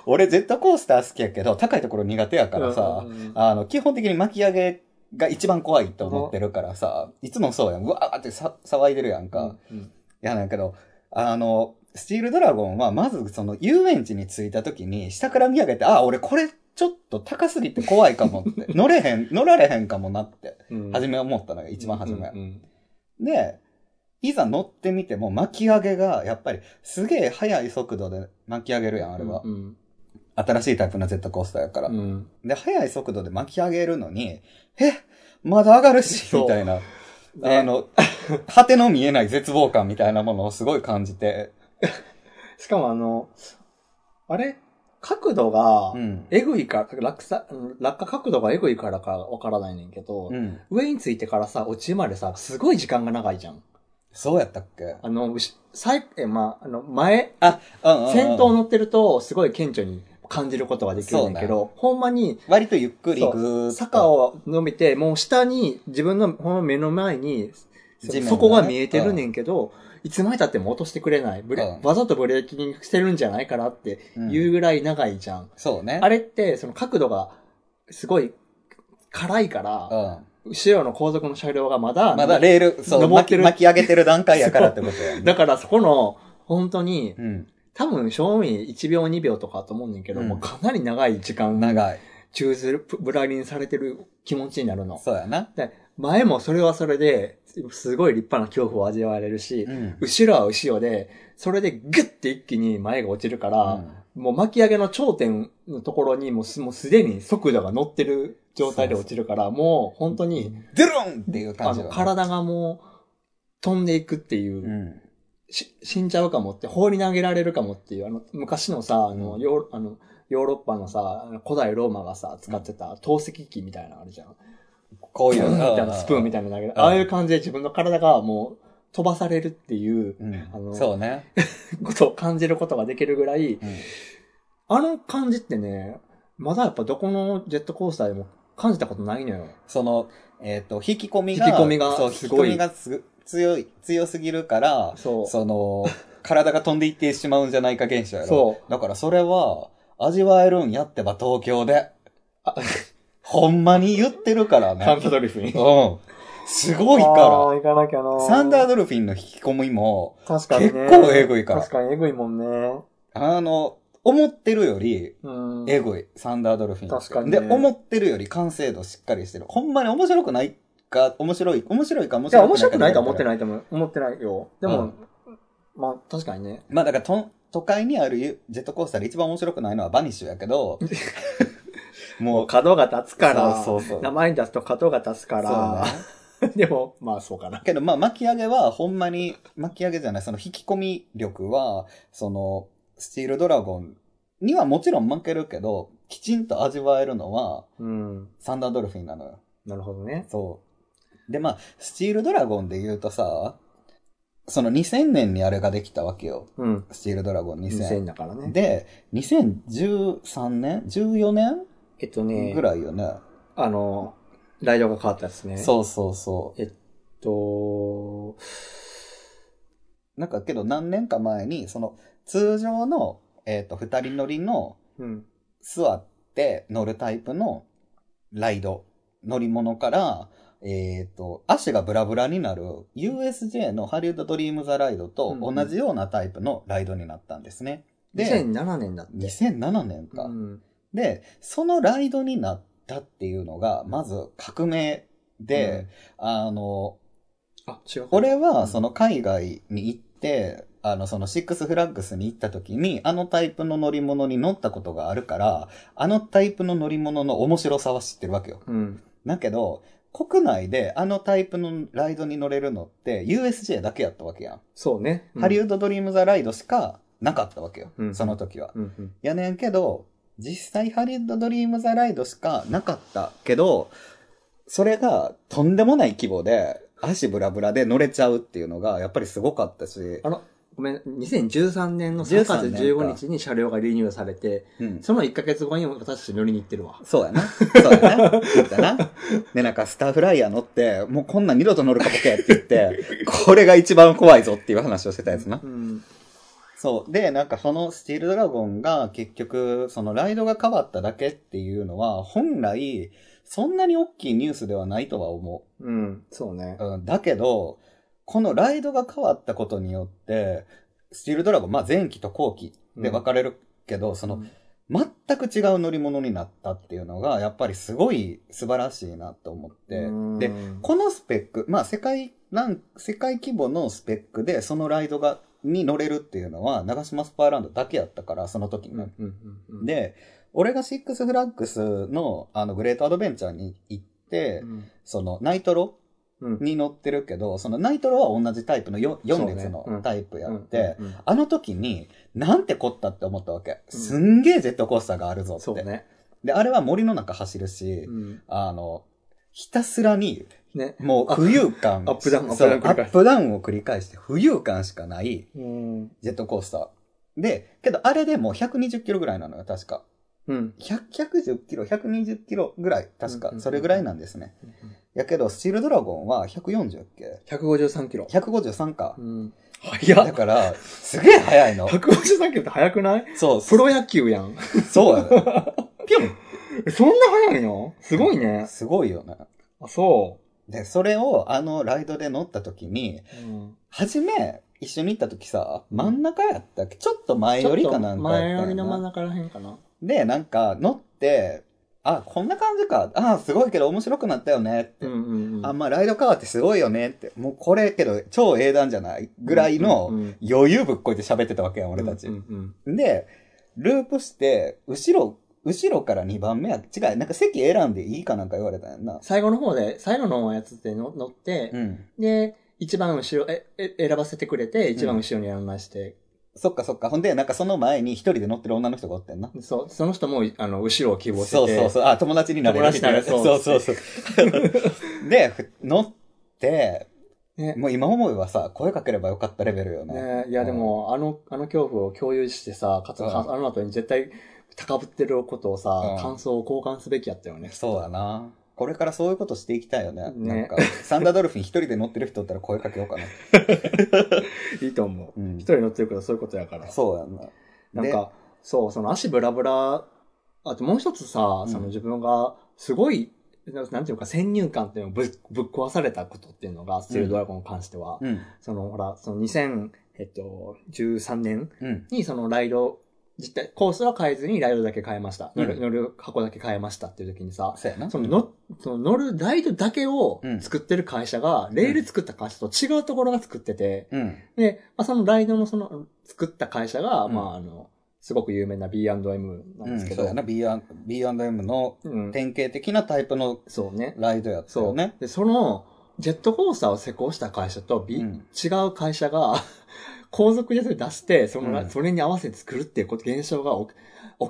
A: 俺ジェットコースター好きやけど、高いところ苦手やからさ、
B: うん
A: あの、基本的に巻き上げが一番怖いと思ってるからさ、いつもそうやん。うわーってさ騒いでるやんか。
B: うん
A: いや、なんやけど、あの、スチールドラゴンは、まずその遊園地に着いた時に、下から見上げて、あ、俺これちょっと高すぎて怖いかもって、乗れへん、乗られへんかもなって、
B: うん
A: 初め思ったのが一番初め。
B: うんうん
A: で、いざ乗ってみても巻き上げが、やっぱりすげえ速い速度で巻き上げるやん、あれは。
B: うん
A: 新しいタイプのジェットコースターやから。
B: うん
A: で、速い速度で巻き上げるのに、え、まだ上がるし、
B: そう
A: みたいな。
B: ね
A: あの、 果ての見えない絶望感みたいなものをすごい感じて。
B: しかもあの、あれ角度が
A: う、ん。
B: えぐいから、落下、落下角度がえぐいからかわからないねんけど、
A: うん。
B: 上についてからさ、落ちるまでさ、すごい時間が長いじゃん。
A: そうやったっけ
B: あの、うし最、え、まあ、あの、前、
A: うん
B: 先頭
A: の。
B: 乗ってると、すごい顕著に感じることができるんだけど、ほんまに、
A: 割とゆっくりぐーっと。
B: 坂を伸びて、もう下に、自分のほんま目の前に、
A: 地面がね
B: そこが見えてるねんけど、いつまで経っても落としてくれない。ブレ、
A: うん
B: わざとブレーキにしてるんじゃないかなって
A: うん
B: いうぐらい長いじゃん。
A: そうね。
B: あ
A: れ
B: れって、その角度が、すごい、辛いから、
A: うん。
B: 後ろの後続の車両がまだ、
A: まだレール、そう、
B: 登っ
A: 巻
B: て
A: き
B: る
A: 巻き上げてる段階やからってことやね。
B: だからそこの、本当に、
A: うん。
B: 多分、賞味1秒2秒とかと思うねんけど、
A: うん
B: もうかなり長い時間、
A: 長い。
B: 中ずる、ぶらりんされてる気持ちになるの。
A: そうやな。
B: 前もそれはそれで、すごい立派な恐怖を味わえれるし、
A: うん。
B: 後ろは後ろで、それでグッて一気に前が落ちるか
A: う
B: ら、
A: ん
B: もう巻き上げの頂点のところにもうすもうすでに速度が乗ってる状態で落ちるから、もう本当に、
A: ドゥルンっていう感
B: あ
A: じよ
B: の、
A: ね。
B: 体がもう飛んでいくっていう、
A: うん。
B: し死んじゃうかもって、放り投げられるかもっていう、あの、昔のさ、あ
A: う
B: の、
A: ん
B: ヨーロあのヨーロッパのさ、あの古代ローマがさ、使ってた透析機みたいなのあるじゃん。
A: こう
B: ピ
A: い
B: ュ
A: う
B: ンってあ
A: の。
B: のスプーンみたいなの投げ
A: うん
B: ああいう感じで自分の体がもう飛ばされるっていう
A: うん
B: あの
A: そうね。
B: ことを感じることができるぐらい、
A: うん
B: あの感じってね、まだやっぱどこのジェットコースターでも感じたことないのよ。
A: その、えっと、引き込みが。
B: 引き込みが
A: そう、引き
B: すごい
A: 込みがす強い、強すぎるから、
B: そう。
A: その、体が飛んでいってしまうんじゃないか現象やろ。。
B: そう
A: だからそれは、味わえるんやってば東京で
B: あ。
A: ほんまに言ってるから
B: カン
A: ね。
B: タドリ フ
A: う
B: に。
A: ん。すごい
B: あ
A: か
B: ー行かなきゃな
A: ら。サンダー
B: ド
A: ドルフィンの引き込みも、
B: 確かに、ね。
A: 結構エグいから
B: 確かにエグいもんね。
A: あの、思ってるより、
B: うん。
A: えぐい。サンダードルフィンって。
B: 確かに
A: で、
B: ね
A: 思ってるより完成度しっかりしてる。ほんまに面白くないか、面白い、面白いか面
B: じゃ
A: 白
B: あ
A: くないか。
B: 面白くないとは思っ
A: い。
B: てないと思う。思ってないよ。でも、まあ確かにね。
A: まあだからと、都会にあるゆジェットコースターで一番面白くないのはバニッシュやけ ど、もう、
B: 角が立つから、
A: そうそうそう
B: 名前に出すと角が立つから、
A: そうね
B: でも、まあそうかな。
A: けど、まあ、巻き上げは、ほんまに、巻き上げじゃない、その引き込み力は、その、スチールドラゴンにはもちろん負けるけど、きちんと味わえるのは、
B: うん。
A: サンダードルフィンなのよ。
B: なるほどね。
A: そう。で、まあ、スチールドラゴンで言うとさ、その2000年にあれができたわけよ。
B: うん。
A: スチールドラゴン2000。
B: 2000だからね。
A: で、2013年 ?14 年
B: えっとね、
A: ぐらいよね。
B: あの、ライドが変わったですね。う。
A: そうそうそう。
B: えっと、
A: なんかけど何年か前に、その、通常の、えっ、と、二人乗りの
B: うん。
A: 座って乗るタイプのライド、乗り物から、えっ、と、足がブラブラになる USJ のハリウッドドリームザライドと
B: うんうん
A: 同じようなタイプのライドになったんですね。で、
B: 2007年だって。
A: 2007年か、
B: うん。
A: で、そのライドになったっていうのが、まず革命で、あの、
B: あ、違う。
A: 俺はその海外に行って、あのそのシックスフラッグスに行った時に、あのタイプの乗り物に乗ったことがあるから、あのタイプの乗り物の面白さは知ってるわけよ。
B: うん。
A: だけど、国内であのタイプのライドに乗れるのって USJ だけやったわけやん。
B: そうね。
A: ハリウ
B: ッ
A: ッドドリームザライドしかなかったわけよ。
B: うん
A: その時は。
B: ド。うんうん
A: やねんけど、実際ハリウッドドリームザライドしかなかったけど、それがとんでもない規模で、足ブラブラで乗れちゃうっていうのがやっぱりすごかったし、
B: あの、ごめん、2013年の3
A: 13
B: 月
A: 年か
B: 15日に車両がリニューアルされて、
A: うん。
B: その1ヶ月後に私たち乗りに行ってるわ。
A: そうやな。そうやな。言ったな。で、なんかスターフライヤー乗って、もうこんなん二度と乗るかボケって言って、これが一番怖いぞっていう話をしてたやつな。
B: うん。
A: そう。で、なんかそのスティールドラゴンが結局、そのライドが変わっただけっていうのは、本来、そんなに大きいニュースではないとは思
B: うん、そうね
A: う。。うん、だけど、このライドが変わったことによって、スティールドラゴン、まあ前期と後期で分かれるけど、その、全く違う乗り物になったっていうのが、やっぱりすごい素晴らしいなと思って。で、このスペック、まあ世界、なん、世界規模のスペックで、そのライドが、に乗れるっていうのは、長島スパーランドだけやったから、その時
B: うん、
A: に。
B: うん、うんうん。、
A: で、俺がシックスフラッグスの、あの、グレートアドベンチャーに行って、
B: うん。
A: その、ナイトロ
B: うん
A: に乗ってるけど、そのナイトロは同じタイプの 4,
B: そうね
A: 列
B: う
A: の
B: ん
A: タイプやって、
B: うんうんうん
A: あの時に、なんてこったって思ったわけ。
B: うん
A: すんげえジェットコースターがあるぞって。
B: そうね。
A: で、あれは森の中走るし、
B: うん
A: あの、ひたすらに、
B: ね。
A: もう浮遊感。
B: アップダウン
A: そう
B: ア
A: ア
B: ップダウン繰り返
A: ップダウ
B: す
A: ンを繰り返して、浮遊感しかない
B: うん。
A: ジェットコースター。で、けどあれでもう120キロぐらいなのよ、確か。
B: うん。
A: 100 110キロ、120キロぐらい、確
B: うんうんう
A: か。
B: ん
A: それぐらいなんですね。やけど、スチールドラゴンは140っけ
B: 153キロ。
A: ?153 か
B: う。ん。
A: だ
B: 早っ。
A: から、すげえ速いの。
B: 153キロって早くない
A: そう、
B: プロ野球やん。
A: そうやね。ピョ
B: えそんな早いのすごいね
A: ン。すごいよね。
B: あ、そ
A: で、それをあのライドで乗った時に、
B: う。うん。
A: 初め、一緒に行った時さ、真ん中やったっけちょっと前寄りかなんかやった
B: 前
A: よな
B: 寄りの真ん中らへんかな。
A: で、なんか乗って、あ、こんな感じか。あ、すごいけど面白くなったよねって。
B: んうん
A: あ、まあライドカーってすごいよねって。もうこれけど超英断じゃないぐらい
B: うん
A: の
B: うんうん
A: 余裕ぶっこいて喋ってたわけやん、俺たち
B: うん。うん
A: で、ループして、後ろ、後ろから2番目や、違う、なんか席選んでいいかなんか言われたんやんな。
B: 最後の方で、最後のやつっての乗って、
A: うん。
B: で、一番後ろ、え、え選ばせてくれて、一番後ろに案内して、
A: そっかそっか。ほんで、なんかその前に一人で乗ってる女の人がおってんな。
B: そう、その人も、あの、後ろを希望してて。
A: そうそうそう。あ、友達になれる人
B: 友達になれる
A: そうそう そう。で、ふ乗って、
B: ね。
A: もう今思えばさ、声かければよかったレベルよね。
B: ねいやでも、あの、あの恐怖を共有してさ、かつ、
A: うん
B: かあの後に絶対高ぶってることをさ
A: う、ん
B: 感想を交換すべきやったよね。
A: そうだな。これからそういうことしていきたいよね。
B: ね
A: なんか、サンダードルフィン一人で乗ってる人おったら声かけようかな。
B: いいと思う。
A: うん
B: 一。人乗ってるからそういうことやから。
A: そうやんな。
B: なんか、そう、その足ブラブラ、あともう一つさ、
A: うん
B: その自分が、すごい、ななんていうか、先入観っていうのをぶっぶっ壊されたことっていうのが、スチールドラゴンに関しては、
A: で、うん。
B: そのほら、その2000、えっと、13年
A: うん。
B: にそのライド、実際、コースは変えずにライドだけ変えました。乗
A: う
B: る、
A: ん
B: 乗る箱だけ変えましたっていう時にさ、
A: そうやな。
B: その乗、その乗るライドだけを
A: うん
B: 作ってる会社が、レール作った会社と違うところが作ってて、
A: うん。
B: で、まあ、そのライドのその作った会社が、
A: うん
B: まあ、あの、すごく有名な B&M なん
A: う
B: で
A: ん、
B: すけ
A: そう
B: ど。
A: やな。B- B&M の
B: うん
A: 典型的なタイプの
B: そうね。
A: ライドやった
B: そ
A: よ
B: う。
A: ね。
B: で、その、ジェットコースターを施工した会社と、B
A: うん
B: 違う会社が、 後続でそれ出して、その、
A: うん
B: それに合わせて作るっていうこと、現象が起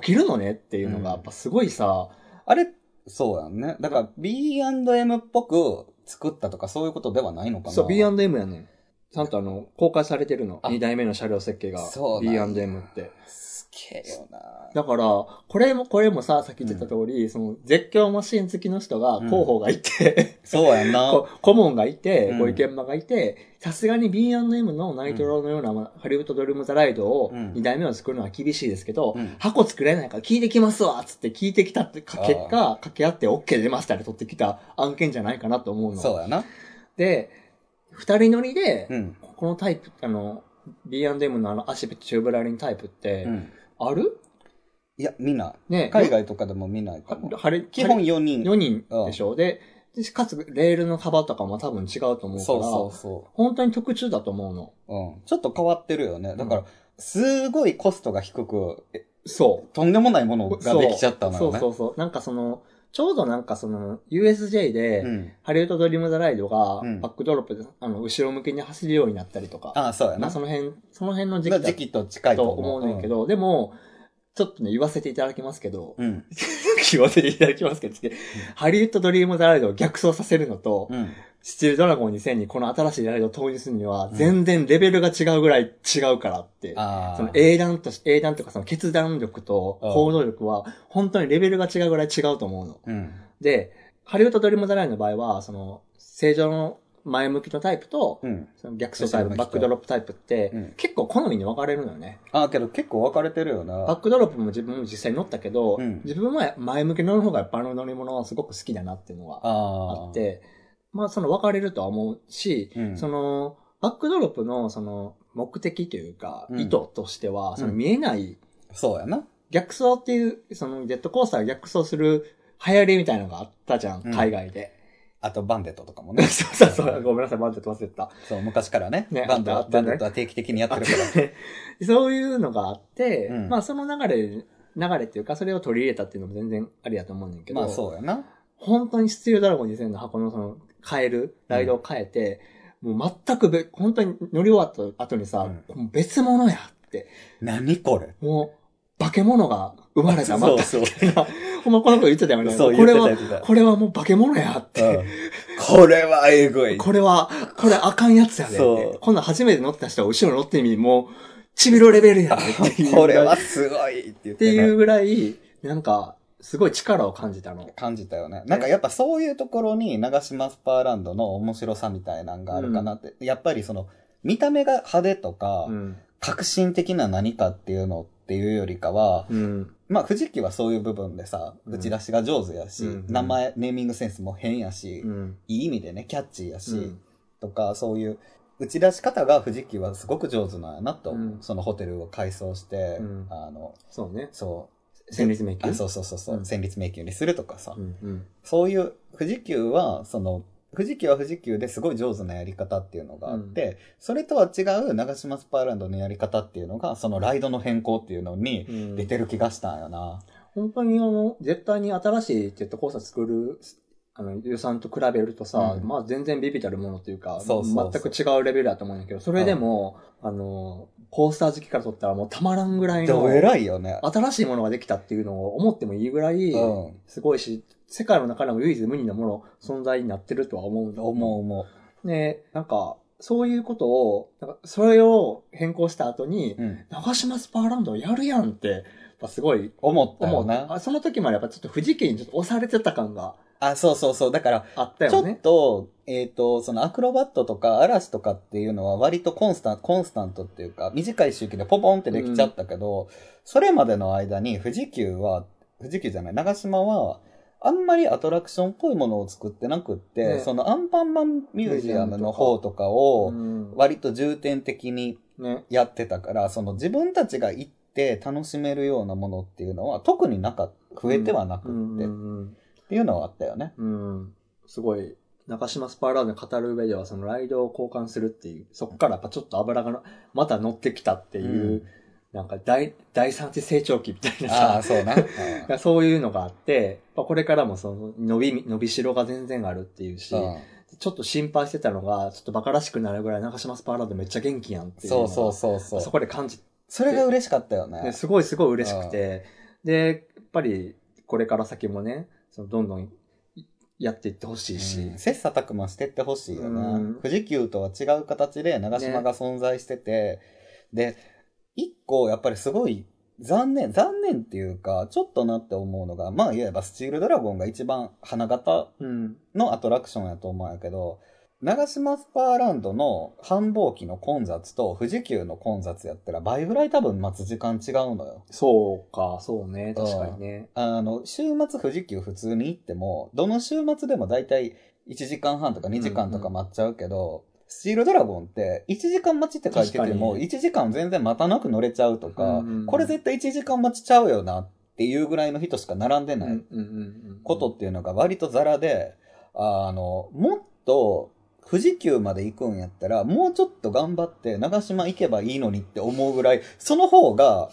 B: き起きるのねっていうのが、
A: うん
B: やっぱすごいさ、
A: あれ、そうやんね。だから、B&M っぽく作ったとかそういうことではないのかな。
B: そう、B&M やねん。ちゃんとあの、公開されてるの。
A: あ
B: 2代目の車両設計が
A: そうなんや
B: B&M って。
A: すげえよな。
B: だから、これも、これもさ、さっき言ってた通り、その、絶叫マシン好きの人が、
A: うん
B: 広報がいて、
A: そうやんな。
B: こ顧問がいて
A: うん、
B: ご意見場がいて、さすがに B&M のナイトロのような、まあハリウッドドリームザライドを
A: うん
B: 2代目を作るのは厳しいですけど、
A: うん
B: 箱作れないから聞いてきますわっつって聞いてきたってか
A: あー
B: 結果、掛け合って OK 出ましたで取ってきた案件じゃないかなと思うの。
A: そうやな。
B: で、二人乗りで、
A: うん。
B: このタイプ、あの、B&M のあの足チューブラリンタイプって
A: う、ん。
B: ある、
A: いや、見ない。
B: ね
A: 海外とかでも見ないかも。
B: ははれ
A: 基本4人。
B: 4人でしょ。で、でかつ、レールの幅とかも多分違うと思うから、
A: そうそうそ
B: 本当に特注だと思うの。
A: う。うん。ちょっと変わってるよね。だから、すごいコストが低く、え
B: そ
A: とんでもないもの
B: う。
A: ができちゃったのよね。
B: そうそうそう。なんかその、ちょうどなんかその、USJ で、
A: うん。
B: ハリウッドドリームザライドが
A: うん、
B: バックドロップで、あの、後ろ向きに走るようになったりとか、
A: ああ、そうや
B: まあ
A: な。
B: その辺、その辺の時期
A: が
B: だ
A: 時期と近い
B: と
A: と
B: 思
A: 思う。
B: うんだけど、でも、ちょっとね、言わせていただきますけど、
A: うん。
B: 言わせていただきますけど、 ハリウッドドリームザライドを逆走させるのと、
A: うん。
B: スチールドラゴン2000にこの新しいライドを投入するには
A: う、ん
B: 全然レベルが違うぐらい違うからって。
A: ああ。
B: その英断とし、英断とかその決断力と行動力は、本当にレベルが違うぐらい違うと思うの。
A: うん。
B: で、ハリウッドドリームザライドの場合は、その、正常の前向きのタイプと、
A: うん。
B: その逆走タイ
A: 後ろ向きと
B: プ、バックドロップタイプって、
A: うん
B: 結構好みに分かれるのよね。
A: ああ、けど結構分かれてるよ
B: バッ
A: な。
B: クドロップも自分も実際に乗ったけど、
A: うん
B: 自分は前向きの方がやっぱあの乗り物はすごく好きだなっていうのが
A: ああ。
B: あっ。て、まあその分かれるとは思うし、
A: うん。
B: その、バックドロップのその目的というか、
A: うん
B: 意図としては、その
A: うん
B: 見えない
A: そうやな。
B: 逆走っていう、そのジェットコースターが逆走する流行りみたいなのがあったじゃん、
A: うん
B: 海外で。
A: あと、バンデットとかもね。
B: そうそうそう、ごめんなさい、バンジェット忘れてた。
A: そう、昔からね。
B: ね
A: バンデッ
B: あっ
A: ト、
B: た
A: バ
B: あったね
A: ンデットは定期的にやってるから。
B: そういうのがあって、
A: うん
B: まあその流れ、流れっていうか、それを取り入れたっていうのも全然ありだと思うんだけど、
A: まあ、そうやな。
B: 本当にスチールドラゴン2000の箱のその、変える、ライドを変えて、もう全くべ、本当に乗り終わった後にさ、もう別物やって、
A: 何こ れ。
B: もう、化け物が生まれたまた。
A: そうそう
B: みたいなほんまこの子言ってた よね。
A: そう、言
B: こ
A: っ
B: れ
A: てた、言
B: は、
A: ってた。
B: これはもう化け物やって。
A: うんこれはえぐい。
B: これは、これあかんやつやで。
A: そう
B: こんなん初めて乗った人は後ろ乗ってみ、もう、ちびろレベルやでってい う。
A: これはすごいって言っ
B: って
A: て
B: い
A: ね
B: うぐらい、なんか、すごい力を感じたの。
A: 感じたよね。なんかやっぱそういうところに長島スパーランドの面白さみたいなんがあるかなって。やっぱりその、見た目が派手とか、
B: うん。
A: 革新的な何かっていうのっていうよりかは、
B: うん。
A: まあ、藤木はそういう部分でさ、打ち出しが上手やし、
B: うん
A: 名前、ネーミングセンスも変やし、
B: うん。
A: いい意味でね、キャッチーやし、
B: うん
A: とか、そういう、打ち出し方が藤木はすごく上手なんやなと、
B: うん
A: そのホテルを改装して、
B: うん
A: あの、
B: そうね。
A: そう、
B: 戦慄迷宮
A: あそうそうそうそう、
B: うん
A: 戦慄迷宮にするとかさ、
B: うんうん。
A: そういう、富士急は、その、富士急は富士急ですごい上手なやり方っていうのがあって、それとは違う長島スパーランドのやり方っていうのが、そのライドの変更っていうのに
B: うん
A: 出てる気がしたんよな。
B: 本当にあの、絶対に新しいジェットコースター作る、あの、予算と比べるとさ、
A: うん
B: まあ全然ビビたるものというか、
A: そうそうそう
B: 全く違うレベルだと思うんだけど、それでも、あの、コースター好きからとったらもうたまらんぐらい
A: でも
B: の、
A: 偉いよね。
B: 新しいものができたっていうのを思ってもいいぐらい、
A: うん。
B: すごいし、世界の中でも唯一無二なもの、存在になってるとは思うんだ
A: 思う思
B: ね、なんか、そういうことを、なんかそれを変更した後に、
A: う。うん。
B: 長島スパーランドやるやんって、やっぱすごい
A: 思った
B: 思
A: よ
B: う
A: ね。
B: あその時までやっぱちょっと富士急にちょっと押されてた感が
A: あ、そうそうそう。だから、
B: あった
A: ち
B: よ
A: ょっ
B: ね。
A: と、えっ、と、そのアクロバットとか嵐とかっていうのは割とコンスタント、コンスタントっていうか、短い周期でポポンってできちゃったけど、それまでの間に富士急は、富士急じゃない、長島は、あんまりアトラクションっぽいものを作ってなくって、
B: ね
A: そのアンパンマンミュージアムの方とかを、
B: うん
A: 割と重点的に
B: ね。
A: やってたから、その自分たちが行って楽しめるようなものっていうのは、特になかっ増えてはなくって、
B: うんう
A: っ
B: ん
A: ていうのはあったよね。
B: うんうんすごい、中島スパーランドに語る上では、そのライドを交換するっていう、そっからやっぱちょっと油がのまた乗ってきたっていう、
A: うん
B: なんか大、第三次成長期みたいな
A: ああ、、
B: さ
A: そう な。うん
B: なんかそういうのがあって、まあこれからもその伸び、伸びしろが全然あるっていうし、
A: う
B: ちょっと心配してたのが、ちょっとバカらしくなるぐらい中島スパーランドめっちゃ元気やんって
A: ん、
B: いうの
A: そ
B: が。
A: うそうそうそう。
B: そこで感じ
A: それが嬉しかったよね
B: で。すごいすごい嬉しくて、で、やっぱりこれから先もね、そのどんどんやっていってほしいし、
A: うん切磋琢磨してってほしいよ
B: う
A: ね
B: ん。
A: 富士急とは違う形で長島が存在してて、で、一個やっぱりすごい残念、残念っていうか、ちょっとなって思うのが、まあ言えばスチールドラゴンが一番花形
B: うん。
A: のアトラクションやと思うんやけど、長島スパーランドの繁忙期の混雑と富士急の混雑やったら倍ぐらい多分待つ時間違うのよ。
B: そうか、そうね、確かにね。
A: あの、週末富士急普通に行っても、どの週末でもだいたい1時間半とか2時間とか待っちゃうけど、スチールドラゴンって1時間待ちって書いて
B: 確
A: て
B: か
A: も、
B: に
A: 1時間全然待たなく乗れちゃうとか、
B: うんうん
A: これ絶対1時間待ちちゃうよなっていうぐらいの人しか並んで
B: うん
A: ない
B: うんうんうん
A: ことっていうのが割とザラで、あの、もっと富士急まで行くんやったら、もうちょっと頑張って長島行けばいいのにって思うぐらい、その方が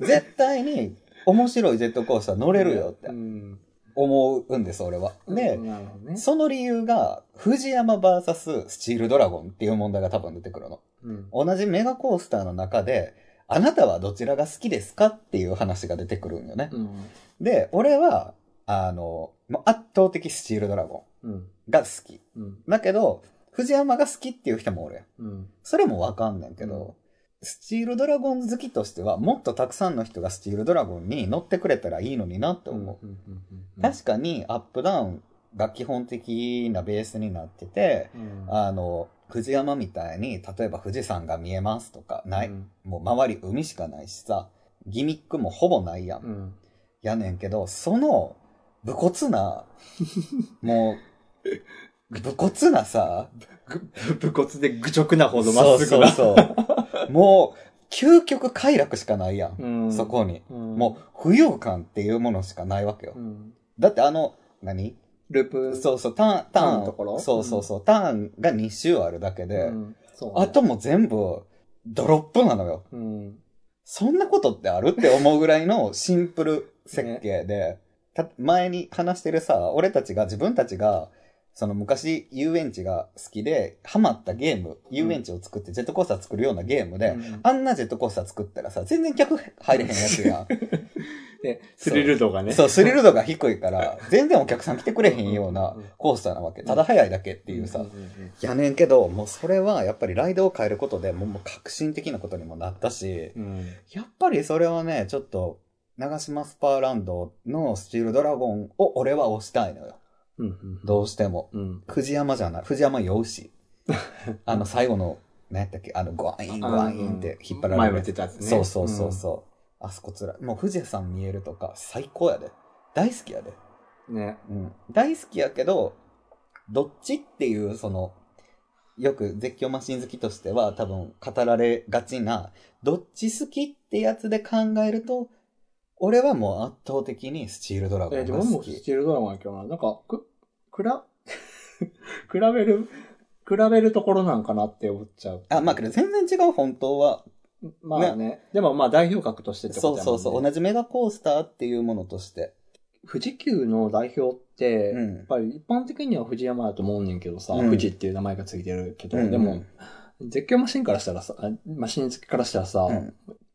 A: 絶対に面白いジェットコースター乗れるよって
B: うん
A: 思うんです、俺は。で、
B: なるほどね。
A: その理由が、藤山 VS スチールドラゴンっていう問題が多分出てくるの。
B: うん。
A: 同じメガコースターの中で、あなたはどちらが好きですかっていう話が出てくるんよね。
B: うん。
A: で、俺は、あの、もう圧倒的スチールドラゴ
B: うん。
A: ンが好き。
B: うん。
A: だけど、藤山が好きっていう人もおるやん。
B: うん。
A: それもわかんねんけど、スチールドラゴン好きとしては、もっとたくさんの人がスチールドラゴンに乗ってくれたらいいのになって思う。
B: うん。うん。うん。
A: 確かに、アップダウンが基本的なベースになってて、
B: うん。
A: あの、藤山みたいに、例えば富士山が見えますとか、ない。
B: うん。
A: もう周り海しかないしさ、ギミックもほぼないやん。
B: うん。
A: やねんけど、その、武骨 な、もう、武骨なさ、
B: ぶ武骨で愚直なほどま
A: そ
B: っ
A: う
B: す
A: そ
B: ぐ
A: う
B: な。
A: そう。もう、究極快楽しかないやん。
B: うん
A: そ。こに。
B: も
A: もう、浮遊感っていうものしかないわけよ
B: う。ん。
A: だってあの、何
B: ループ。
A: そうそう、ターン、タ
B: ターン
A: ーン、
B: のところ
A: そうそうそう、ターンが2周あるだけ
B: う
A: で、
B: ん。そうね
A: あともう全部、ドロップなのよ。
B: うん。
A: そんなことってあるって思うぐらいのシンプル設計で、た前に話してるさ、俺たちが自分たちが、その昔遊園地が好きで、ハマったゲーム、遊園地を作ってジェットコースター作るようなゲームで、
B: うん
A: あんなジェットコースター作ったらさ、全然客入れへんやつやん。
B: で、スリル度 がね。
A: そう、スリル度が低いから、全然お客さん来てくれへんような
B: うんうんうん
A: コースターなわけ。ただ早いだけっていうさ。やねんけど、もうそれはやっぱりライドを変えることでもうもう革新的なことにもなったし、
B: うん。
A: やっぱりそれはね、ちょっと、長島スパーランドのスチールドラゴンを俺は押したいのよ。
B: うん。
A: どうしても。
B: うん。
A: 藤山じゃない。藤山酔う し。あの、最後の、何やったっけあの、ゴワイン、ゴワインって引っ張られる。
B: 前も言ってたやつね。
A: そうそうそうそう。あそこつらい。もう富士山見えるとか最高やで。大好きやで。
B: うん。ね。
A: うん。大好きやけど、どっちっていう、その、よく絶叫マシン好きとしては多分語られがちな、どっち好きってやつで考えると、俺はもう圧倒的にスチールドラゴ
B: え、
A: ン
B: 自
A: が
B: 分
A: 好
B: も
A: き。
B: スチールドラゴンやけどな。なんか、く、くら、 比べる、比べるところなんかなって思っちゃう。
A: あ、まあけど全然違う本当は。
B: まあね。でもまあ代表格としてってこ
A: そ
B: と
A: う
B: や
A: そ
B: もん
A: う
B: ね
A: そう。同じメガコースターっていうものとして。
B: 富士急の代表って、
A: う
B: やっ
A: ん。
B: ぱり一般的には富士山だと思うねんけどさ、
A: うん
B: 富士っていう名前がついてるけど、
A: うん
B: でも、絶叫マシンからしたらさ、あマシン好きからしたらさ、
A: うん、うん。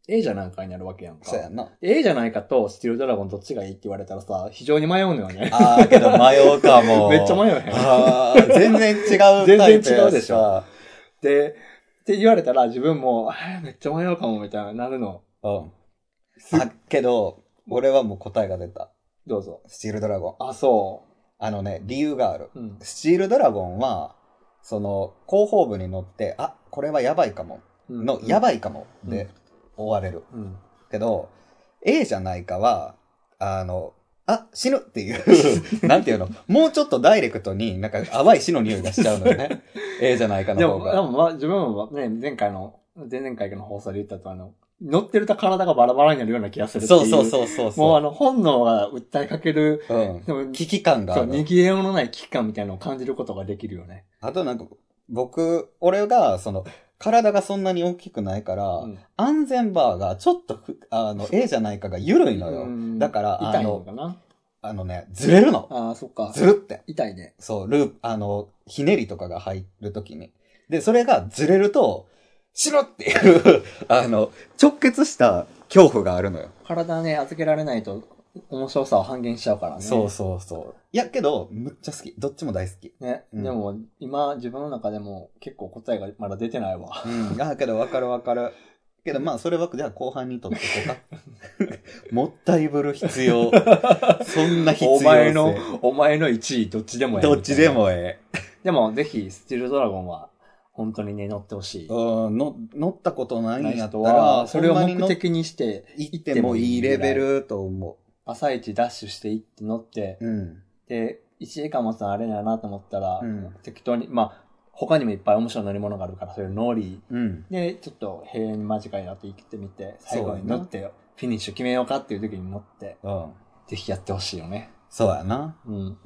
B: A じゃないかになるわけやんか
A: そう。やんな。
B: A じゃないかとスティールドラゴンどっちがいいって言われたらさ、非常に迷うのよね。
A: あー、けど迷うかも。
B: めっちゃ迷うへん。
A: あー全然違うタイプやし
B: 全然違うでしょ。で、って言われたら自分も、えーめっちゃ迷うかもみたいな、なるの。
A: うん。あ、けど、俺はもう答えが出た。
B: どうぞ。
A: スチールドラゴン。
B: あ、そ
A: あのね、理由がある。
B: う。うん。
A: スチールドラゴンは、その、後方部に乗って、あ、これはやばいかも。の、や
B: ば
A: ばいかも。
B: う
A: で
B: ん、
A: 追われる。
B: うん。
A: けど、A じゃないかは、あの、あ、死ぬって いう、なんていうの、もうちょっとダイレクトに、なんか淡い死の匂いがしちゃうのよ ね。A じゃないか
B: で
A: の方
B: も、で
A: が。
B: も、まあ、自分もね、前回の、前々回の放送で言ったと、あの、乗ってると体がバラバラになるような気がするっていう。
A: そうそうそうそうそう。
B: もうあの、本能が訴えかける、
A: うん。
B: でも、
A: 危機感があ
B: そう、
A: る。
B: 逃げようのない危機感みたいなのを感じることができるよね。
A: あとなんか、僕、俺が、その、体がそんなに大きくないから、
B: うん
A: 安全バーがちょっとふ、あの、A じゃないかが緩いのよ。
B: うん
A: だから、
B: 痛
A: あ
B: いの
A: の、
B: かな
A: あのね、ずれるの。
B: ああ、そっか。
A: ずるって。
B: 痛いね。
A: そう、ループ、あの、ひねりとかが入るときに。で、それがずれると、しろっていう、 あの、直結した恐怖があるのよ。
B: 体ね、預けられないと、面白さを半減しちゃうからね。
A: そうそうそう。いや、けど、むっちゃ好き。どっちも大好き。
B: ね、
A: うん
B: でも、今、自分の中でも結構答えがまだ出てないわ。
A: うん。ああ、けどわかるわかる。けどまあ、それは、じゃあ後半にとってこうか。 もったいぶる必 要。そんな必要
B: お
A: 性
B: 前の、お前の1位、どっちでもええ
A: どっちで。もえ
B: でも、ぜひ、スチールドラゴンは、本当にね、乗ってほし
A: え。
B: い。
A: うん、の乗ったことないんやった
B: 人は
A: ら、
B: それを
A: ほんまに
B: 目
A: 乗っ
B: 的にして、
A: 行ってもいいレベルと思
B: 朝一ダッシュしていって乗って、
A: う。うん。
B: で、1時間もさ、あれだなと思ったら、
A: うん
B: 適当に、まあ、他にもいっぱい面白い乗り物があるから、それを乗り、
A: うん。
B: で、ちょっと平園に間近になって行ってみて、最後に
A: そうやな
B: 乗って、フィニッシュ決めようかっていう時に乗って、
A: うん。
B: ぜひやってほしいよね。
A: そうやな。
B: うん。